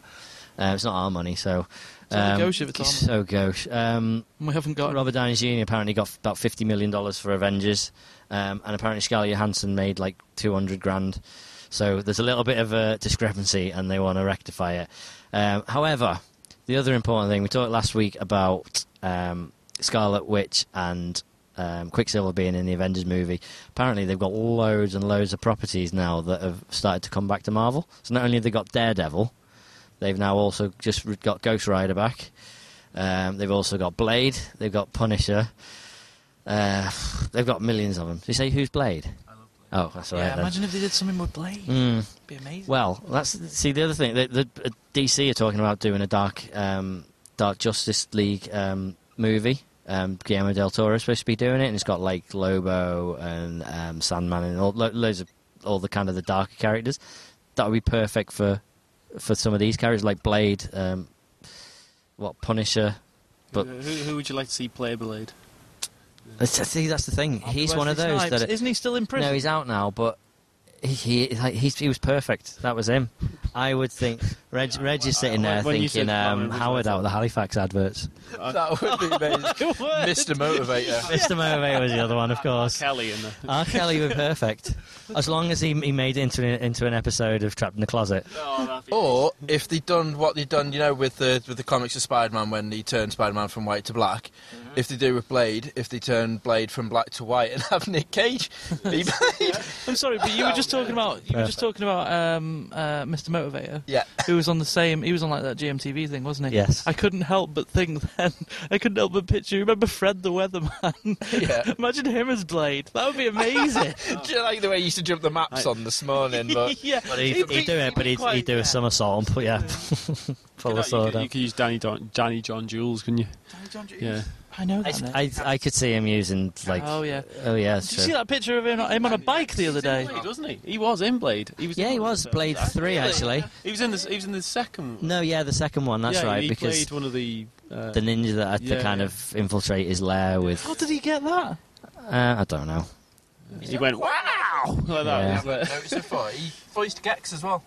uh, it's not our money. So
So gauche if it's
he's
on.
so gauche. Um,
And we haven't got.
Robert Downey Jr. apparently got f- about fifty million dollars for Avengers, um, and apparently Scarlett Johansson made like two hundred grand. So there's a little bit of a discrepancy, and they want to rectify it. Um, however, the other important thing we talked last week about um, Scarlet Witch and um, Quicksilver being in the Avengers movie. Apparently, they've got loads and loads of properties now that have started to come back to Marvel. So not only have they got Daredevil, they've now also just re- got Ghost Rider back. Um, they've also got Blade. They've got Punisher. Uh, they've got millions of them. Did you say who's Blade? I love Blade. Oh, that's all right.
yeah,
then.
imagine if they did something with Blade.
Mm.
It'd be amazing.
Well, that's see the other thing. The, the, uh, DC are talking about doing a dark, um, dark Justice League um, movie. Um, Guillermo del Toro is supposed to be doing it, and it's got like Lobo and um, Sandman and all, lo- loads of all the kind of the darker characters. That would be perfect for for some of these characters, like Blade, um, what Punisher. But-
who, who would you like to see play Blade?
That's- See, that's the thing.
That'd be
He's one of
Wesley
those
Snipes.
that
isn't he still in prison?
No, he's out now, but he he like, he's, he was perfect. That was him. I would think Reg Reg is sitting there
when you
thinking
said Batman,
um,
it was
Howard
like-
out of the Halifax adverts.
That would be amazing. Mr. Motivator.
Mr. Motivator was the other one, of course.
Kelly in the.
R. Kelly were perfect, as long as he he made it into an, into an episode of Trapped in the Closet.
Oh,
Oh,
Or if they'd done what they'd done, you know, with the with the comics of Spider-Man when they turned Spider-Man from white to black. If they do with Blade, if they turn Blade from black to white and have Nick Cage be Blade.
I'm sorry, but you were just talking about you were just talking about um, uh, Mr. Motivator.
yeah.
Who was on the same? He was on like that GMTV thing, wasn't he?
Yes.
I couldn't help but think then. I couldn't help but picture. Remember Fred the Weatherman?
Yeah.
Imagine him as Blade. That would be amazing.
Do you like the way he used to jump the maps on this morning? But
yeah.
But he'd, he'd do it, but he'd, he'd do a somersault. But yeah, pull the
you,
sword
could,
out.
you could use Danny, Don, Danny John Jules, couldn't you? Yeah.
I know that. name.
I, I I could see him using like
Oh, yeah.
oh yeah that's
Did you
true.
see that picture of him, him on a bike the other day?
Blade, wasn't he? He was in Blade. He was
yeah he was Blade three actually
He was in the. He was in the second.
no yeah the second one that's
yeah,
right
He
because
played one of the. Uh,
the ninja that had
Yeah,
to kind
yeah.
of infiltrate his lair with.
How did he get that?
Uh, I don't know.
uh, he went wow like that.
Yeah.
He's like-
noticed it before. He voiced Gex as well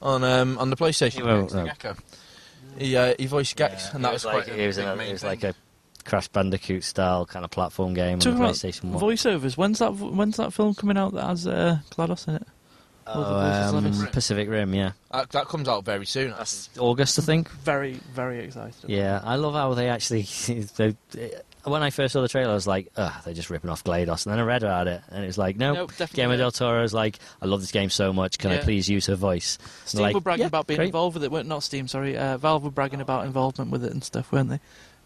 on um, on the PlayStation.
He won't,
Gex the
no.
Gecko. He uh, he voiced Gex, and that was,
like
quite.
it was,
a, big
a,
main
it was
thing.
like a Crash Bandicoot style kind of platform game on the
Talking about
PlayStation One.
voiceovers. When's that? When's that film coming out that has uh, Glados in it? All the voices on
um,
it.
Pacific Rim, yeah,
that, that comes out very soon. That's
August I think.
Very, very excited.
Yeah, I love how they actually. they, when I first saw the trailer, I was like, "Ugh, they're just ripping off Glados." And then I read about it, and it was like, "No."
Nope, definitely
Guillermo
not.
del Toro is like, "I love this game so much. Can I
Yeah.
please use her voice?"
Steam
Like,
were bragging
yeah,
about being
great.
involved with it, weren't not Steam? Sorry, uh, Valve were bragging about involvement with it and stuff, weren't they?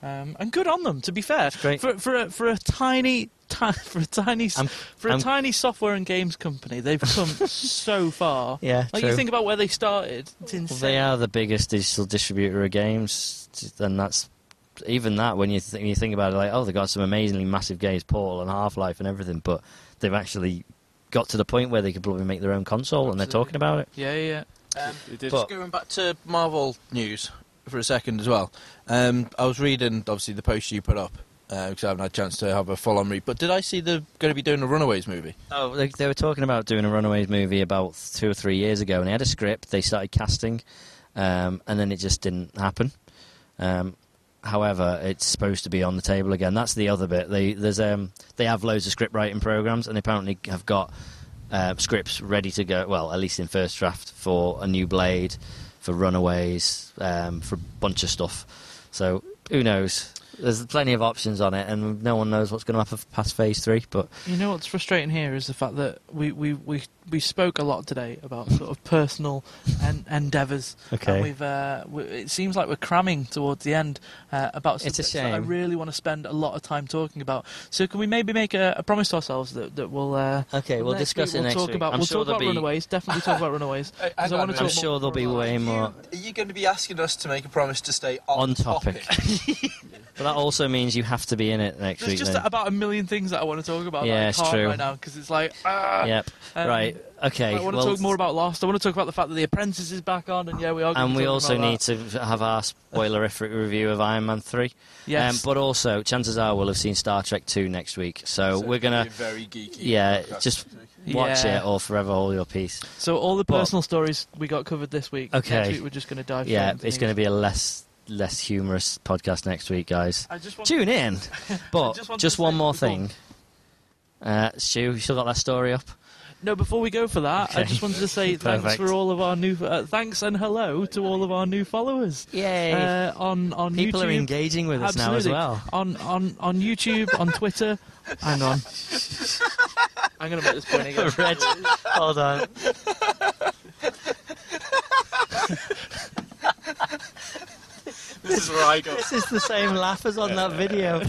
Um, and good on them, to be fair.
great.
For for a, for a tiny, ti- for a tiny, s
I'm-
for a
I'm-
tiny software and games company, they've come so far.
Yeah,
like you
true.
think about where they started. It's insane.
Well, they are the biggest digital distributor of games, and that's even that when you th- you think about it, like oh, they got some amazingly massive games, Paul and Half Life and everything, but they've actually got to the point where they could probably make their own console, and they're talking about it.
Yeah, yeah.
He did.
But-
going back to Marvel news for a second as well. Um, I was reading obviously the post you put up because I haven't had a chance to have a full-on read. But did I see they're going to be doing a Runaways movie?
Oh, they, they were talking about doing a Runaways movie about two or three years ago, and they had a script. They started casting, um, and then it just didn't happen. Um, however, it's supposed to be on the table again. That's the other bit. They there's um, they have loads of script writing programs, and they apparently have got uh, scripts ready to go. Well, at least in first draft for a new Blade, for Runaways, um, for a bunch of stuff. So who knows? There's plenty of options on it, and no one knows what's going to happen past phase three. But
You know what's frustrating here is the fact that we we, we, we spoke a lot today about sort of personal en- endeavours.
Okay.
And we've uh, we, it seems like we're cramming towards the end uh, about
It's a
subjects that I
shame.
really want to spend a lot of time talking about. So can we maybe make a, a promise to ourselves that that we'll uh,
Okay, we'll
next
discuss
week
it
we'll
next
talk
week.
about
I'm
we'll
sure
talk
there'll
about
be-
runaways. Definitely talk about runaways.
Uh,
'cause
hang
I
on
want
a minute.
to talk
I'm
I'm
more
sure there'll be
runaways.
way more.
Are you going to be asking us to make a promise to stay on,
On topic. But that also means you have to be in it next
There's
week.
just
then.
about a million things that I want to talk about.
Yeah,
that I
it's
can't
true.
right now because it's like ah.
yep.
um,
right. Okay.
I want to
well,
talk more about Lost. I want to talk about the fact that The Apprentice is back on, and yeah, we are. gonna
and we
talk
also
about that.
need to have our spoilerific review of Iron Man three.
Yes.
um, but also, chances are we'll have seen Star Trek two next week, so, Uh, we're gonna.
very geeky.
Yeah, just watch
Yeah.
it or forever hold your peace.
So all the
But-
personal stories we got covered this week.
Okay.
Next week we're just going to dive.
yeah,
straight into
it's going to
news.
be a less
less humorous podcast next week, guys.
I just want
Tune in. But
just wanted
just,
to
one
say
more
before-
thing. Uh, Stu, you still got that story up?
No, before we go for that, I
Okay.
just wanted to say thanks
Perfect.
for all of our new uh, thanks and hello to all of our new followers.
Yay.
Uh, on on
People
YouTube.
are engaging with us now as
Absolutely.
well.
On on on YouTube, on Twitter. Hang on. I'm gonna make this point again.
Red, hold on.
This is where I go.
This is the same laugh as on that video.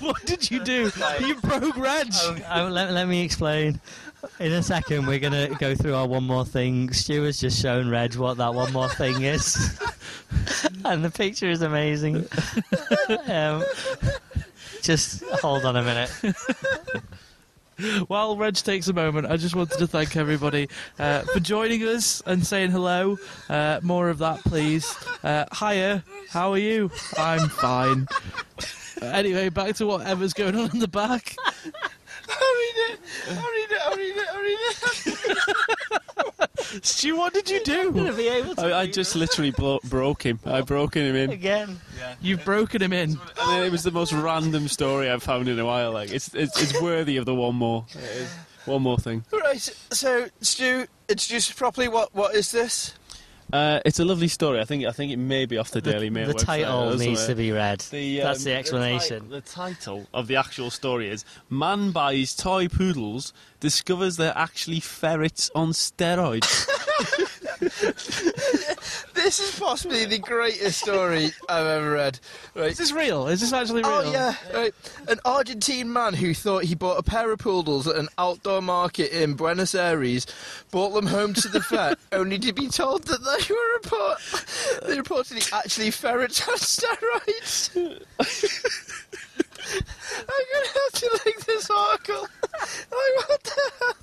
What did you do? You broke Reg.
Oh, let, let me explain. In a second, we're going to go through our one more thing. Stu has just shown Reg what that one more thing is. and the picture is amazing. um, just hold on a minute.
While Reg takes a moment, I just wanted to thank everybody uh, for joining us and saying hello. Uh, more of that, please. Uh, hiya, how are you? I'm fine. Anyway, back to whatever's going on in the back. Stu, what did you do?
be able
I, I just literally blo- broke him. I broke him in.
again.
You've broken him in.
And it was the most random story I've found in a while. Like it's it's, it's worthy of the one more. It is. One more thing.
Right, so Stu, introduce properly. What what is this?
Uh, it's a lovely story. I think I think it may be off the Daily Mail.
The
website
title
or
needs to
somewhere.
be read.
The, um,
That's the explanation.
The, ti- the title of the actual story is Man Buys Toy Poodles, Discovers They're Actually Ferrets on Steroids.
This is possibly the greatest story I've ever read. Right.
Is this real? Is this actually real?
Oh yeah, right. An Argentine man who thought he bought a pair of poodles at an outdoor market in Buenos Aires, brought them home to the vet, only to be told that they were report they reportedly actually ferrets on steroids. I'm gonna have to link this article. Like what the hell?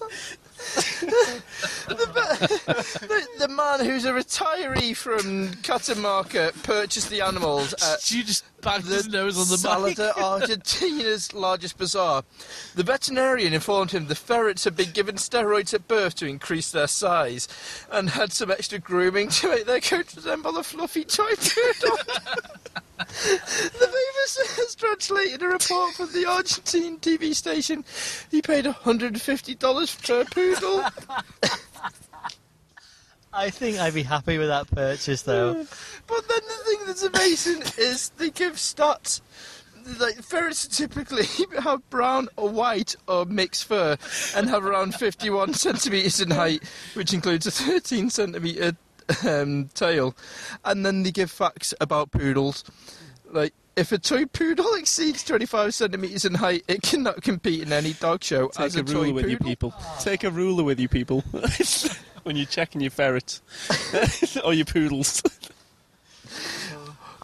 the, the man who's a retiree from Catamarca purchased the animals at
Stu just banged his nose on the mic.
Salada, Argentina's largest bazaar. The veterinarian informed him the ferrets had been given steroids at birth to increase their size and had some extra grooming to make their coat resemble a fluffy toy poodle. the Beaver has translated a report from the Argentine TV station. He paid $150 per poodle.
I think I'd be happy with that purchase, though.
But then the thing that's amazing is they give stats. Like ferrets typically have brown or white or mixed fur, and have around 51 centimeters in height, which includes a 13 centimeter um, tail. And then they give facts about poodles. Like if a toy poodle exceeds 25 centimeters in height, it cannot compete in any dog show
Take
as
a
a,
ruler
toy
with you,
poodle. Ah.
people. Take a ruler with you, people. when you're checking your ferrets or your poodles.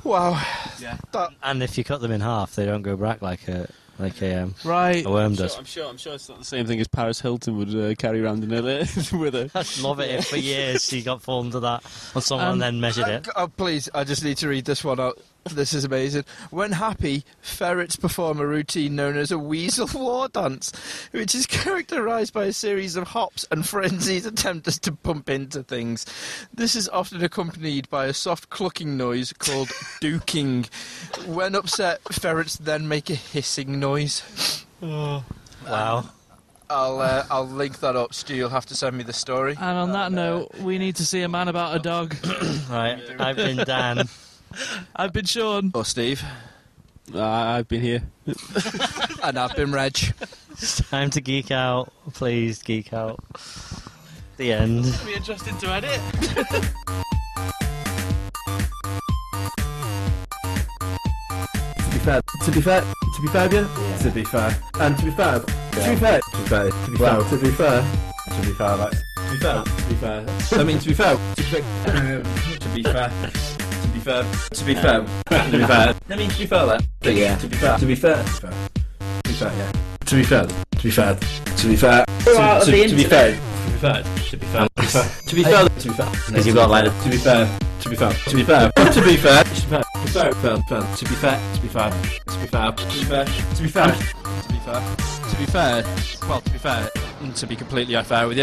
Wow. That,
And if you cut them in half, they don't go back like a like a, um,
Right.
a worm
So
does.
I'm sure. I'm sure it's not the same thing as Paris Hilton would uh, carry around in her with her.
I'd love it if for years she got formed to that on someone
Um,
and then measured it.
Oh, please, I just need to read this one out. This is amazing. When happy, ferrets perform a routine known as a weasel war dance, which is characterized by a series of hops and frenzied attempts to bump into things. This is often accompanied by a soft clucking noise called duking. When upset, ferrets then make a hissing noise.
Wow.
I'll uh, I'll link that up. Stu, you'll have to send me the story.
And on that note, we need to see a man about a dog.
Right. I've been Dan.
I've been Sean.
Or Steve,
I uh, I've been here.
and I've been Reg.
It's time to geek out. Please geek out. The end.
Be interested to edit.
To be fair, to be fair, to be fair, yeah. To be fair, and to be fair, to be fair, to be fair, to be fair, to be fair, to be fair, like, to be fair, to be fair. I mean, to be fair, to be fair, to be fair, to be fair, to be fair, to be fair. I mean, to be fair, like, Um, yeah. To be fair, to be fair, to be fair, yeah. To be fair, to be fair, to be fair, to to be fair. To be fair, to be fair, to be fair, because you've got like to be fair, to be fair, to be fair, to be fair, to be fair, to be fair, to be fair, to be fair, to be fair, to be fair, to be fair, to be fair.
To be fair, well, to be fair, and to be completely unfair with you,